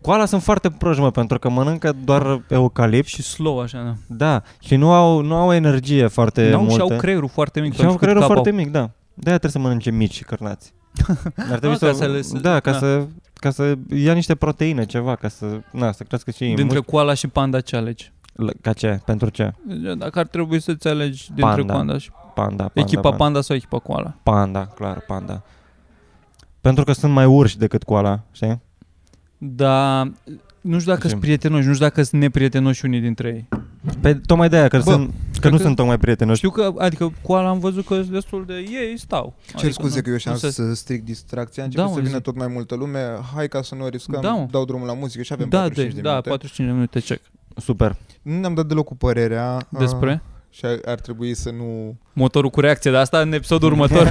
[SPEAKER 3] Koala sunt foarte proști, mă, pentru că mănâncă doar eucalipt.
[SPEAKER 2] *laughs* și slow așa, da.
[SPEAKER 3] Da, și nu au, nu au energie foarte
[SPEAKER 2] N-au
[SPEAKER 3] multă.
[SPEAKER 2] și au creierul foarte mic.
[SPEAKER 3] și au creierul foarte mic, da. De-aia trebuie să mănânce mici și cărnați.
[SPEAKER 2] *laughs*
[SPEAKER 3] Ar trebui
[SPEAKER 2] Ah,
[SPEAKER 3] să,
[SPEAKER 2] ca să le-
[SPEAKER 3] da, ca,
[SPEAKER 2] da.
[SPEAKER 3] Să, ca să ia niște proteine, ceva, ca să, na, să crească și ei.
[SPEAKER 2] Dintre
[SPEAKER 3] Dintre...
[SPEAKER 2] koala și panda ce alegi?
[SPEAKER 3] Ca ce? Pentru ce?
[SPEAKER 2] Da, Dacă ar trebui să-ți alegi dintre panda.
[SPEAKER 3] Panda.
[SPEAKER 2] panda și
[SPEAKER 3] Panda, da. panda,
[SPEAKER 2] echipa panda.
[SPEAKER 3] panda.
[SPEAKER 2] panda sau echipa koala.
[SPEAKER 3] Panda, clar, panda. Pentru că sunt mai urși decât koala, știi?
[SPEAKER 2] Dar Da, nu știu dacă
[SPEAKER 3] Zim.
[SPEAKER 2] sunt prietenoși, nu știu dacă sunt neprietenoși unii dintre ei.
[SPEAKER 3] Pe tocmai de-aia, că,
[SPEAKER 4] Bă,
[SPEAKER 3] sunt, că nu
[SPEAKER 2] că-
[SPEAKER 3] sunt tocmai prietenoși.
[SPEAKER 2] Știu că, adică koala am văzut că sunt destul de ei stau.
[SPEAKER 4] Cer
[SPEAKER 2] adică
[SPEAKER 4] scuze
[SPEAKER 2] nu-
[SPEAKER 4] că eu și am
[SPEAKER 2] nu se-
[SPEAKER 4] să stric distracția, începe
[SPEAKER 2] Da,
[SPEAKER 4] să
[SPEAKER 2] mă,
[SPEAKER 4] vină
[SPEAKER 2] zi.
[SPEAKER 4] tot mai multă lume, hai ca să nu o riscăm,
[SPEAKER 2] Da, mă.
[SPEAKER 4] dau drumul la muzică și avem
[SPEAKER 2] da,
[SPEAKER 4] 45
[SPEAKER 2] de,
[SPEAKER 4] de
[SPEAKER 2] da,
[SPEAKER 4] minute.
[SPEAKER 2] 45 de minute check.
[SPEAKER 3] Super.
[SPEAKER 4] Nu ne-am dat deloc cu părerea uh,
[SPEAKER 2] Despre
[SPEAKER 4] și ar, ar trebui să nu...
[SPEAKER 2] motorul cu reacție, dar asta în episodul următor.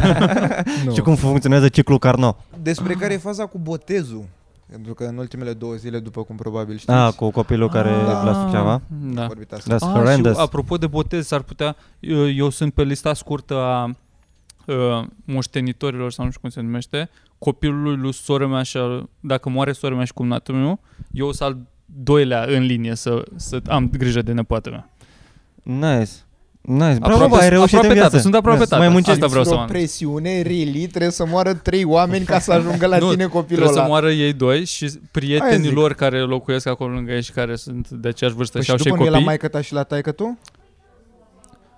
[SPEAKER 4] nu.
[SPEAKER 3] Și cum funcționează ciclul Carnot.
[SPEAKER 4] Despre care e faza cu botezul? Pentru că în ultimele două zile, după cum probabil știți,
[SPEAKER 3] Ah, cu copilul care
[SPEAKER 4] Da.
[SPEAKER 3] lasă ceva.
[SPEAKER 2] Da.
[SPEAKER 4] vorbit asta.
[SPEAKER 3] That's
[SPEAKER 2] Ah, și
[SPEAKER 3] horrendous.
[SPEAKER 2] apropo de botez, s-ar putea, eu, eu sunt pe lista scurtă a uh, moștenitorilor sau nu știu cum se numește, copilului lui sora mea și al- dacă moare sora mea și cumnatul meu, eu sunt al doilea în linie să, să am grijă de nepoată mea.
[SPEAKER 3] Nice. Nice. Bravo,
[SPEAKER 2] Aproape-
[SPEAKER 3] ai reușit
[SPEAKER 2] aproape
[SPEAKER 3] în viață.
[SPEAKER 2] tată, sunt aproape
[SPEAKER 3] Nice.
[SPEAKER 2] tată.
[SPEAKER 3] Mai muncești.
[SPEAKER 2] Asta vreau să
[SPEAKER 4] Presiune,
[SPEAKER 2] am.
[SPEAKER 4] presiune, really, trebuie să moară trei oameni ca să ajungă
[SPEAKER 2] *laughs*
[SPEAKER 4] la
[SPEAKER 2] Nu,
[SPEAKER 4] tine
[SPEAKER 2] Trebuie
[SPEAKER 4] copilul
[SPEAKER 2] să
[SPEAKER 4] ăla.
[SPEAKER 2] moară ei doi și
[SPEAKER 4] Aia
[SPEAKER 2] prietenii
[SPEAKER 4] zic.
[SPEAKER 2] lor care locuiesc acolo lângă ei și care sunt de aceeași vârstă
[SPEAKER 4] Păi
[SPEAKER 2] și au și
[SPEAKER 4] după
[SPEAKER 2] ei
[SPEAKER 4] nu e la
[SPEAKER 2] copii.
[SPEAKER 4] maică ta și la taică tu?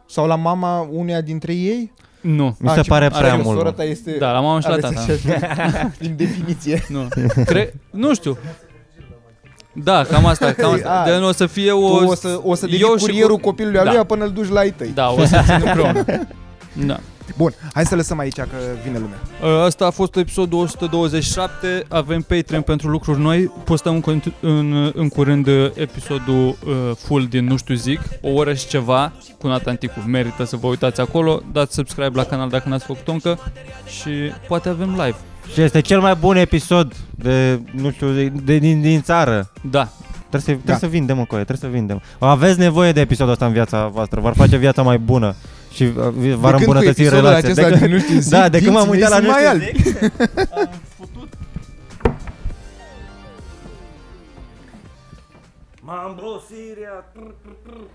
[SPEAKER 4] Sau la mama uneia dintre ei?
[SPEAKER 2] Nu.
[SPEAKER 3] Mi
[SPEAKER 4] Ah,
[SPEAKER 3] se
[SPEAKER 4] ce-
[SPEAKER 3] pare
[SPEAKER 4] are
[SPEAKER 3] prea
[SPEAKER 4] că Sora
[SPEAKER 3] mult.
[SPEAKER 4] ta este...
[SPEAKER 2] Da, la mama și la da.
[SPEAKER 4] aveți
[SPEAKER 2] tata.
[SPEAKER 4] așa- *laughs* Prin definiție.
[SPEAKER 2] Nu. Cre- nu știu. Da, cam asta, cam asta.
[SPEAKER 4] A,
[SPEAKER 2] De o să fie
[SPEAKER 4] Păi, Tu
[SPEAKER 2] o...
[SPEAKER 4] o să, o să devii
[SPEAKER 2] eu și
[SPEAKER 4] curierul
[SPEAKER 2] cu-
[SPEAKER 4] copilului al
[SPEAKER 2] Da.
[SPEAKER 4] lui până îl duci la ei tăi.
[SPEAKER 2] Da, o să țin împreună. Da.
[SPEAKER 4] Bun, hai să lăsăm aici că vine lumea.
[SPEAKER 2] Asta a fost episodul 127. Avem Patreon pentru lucruri noi. Postăm în, contu- în, în curând uh, episodul uh, full din Nu știu zic, o oră și ceva cu Natanticu. Merită să vă uitați acolo. Dați subscribe la canal dacă n-ați făcut încă și poate avem live.
[SPEAKER 3] Și este cel mai bun episod de, nu știu, de, de, din, din țară.
[SPEAKER 2] Da,
[SPEAKER 3] Trebuie să, trebuie
[SPEAKER 4] Da.
[SPEAKER 3] să vindem încoaie, trebuie să vindem. Aveți nevoie de episodul ăsta în viața voastră, v-ar face viața mai bună și uh, vi- v-ar
[SPEAKER 4] când cu
[SPEAKER 3] îmbunătăți
[SPEAKER 4] episodul
[SPEAKER 3] relația.
[SPEAKER 4] acesta din Nu știu zic,
[SPEAKER 3] da, de când m-am
[SPEAKER 4] dinții
[SPEAKER 3] uitat la
[SPEAKER 4] mei
[SPEAKER 3] Nu
[SPEAKER 4] sunt
[SPEAKER 3] știu
[SPEAKER 4] mai
[SPEAKER 3] zic,
[SPEAKER 5] Mambro Siria. trr, trr, trr.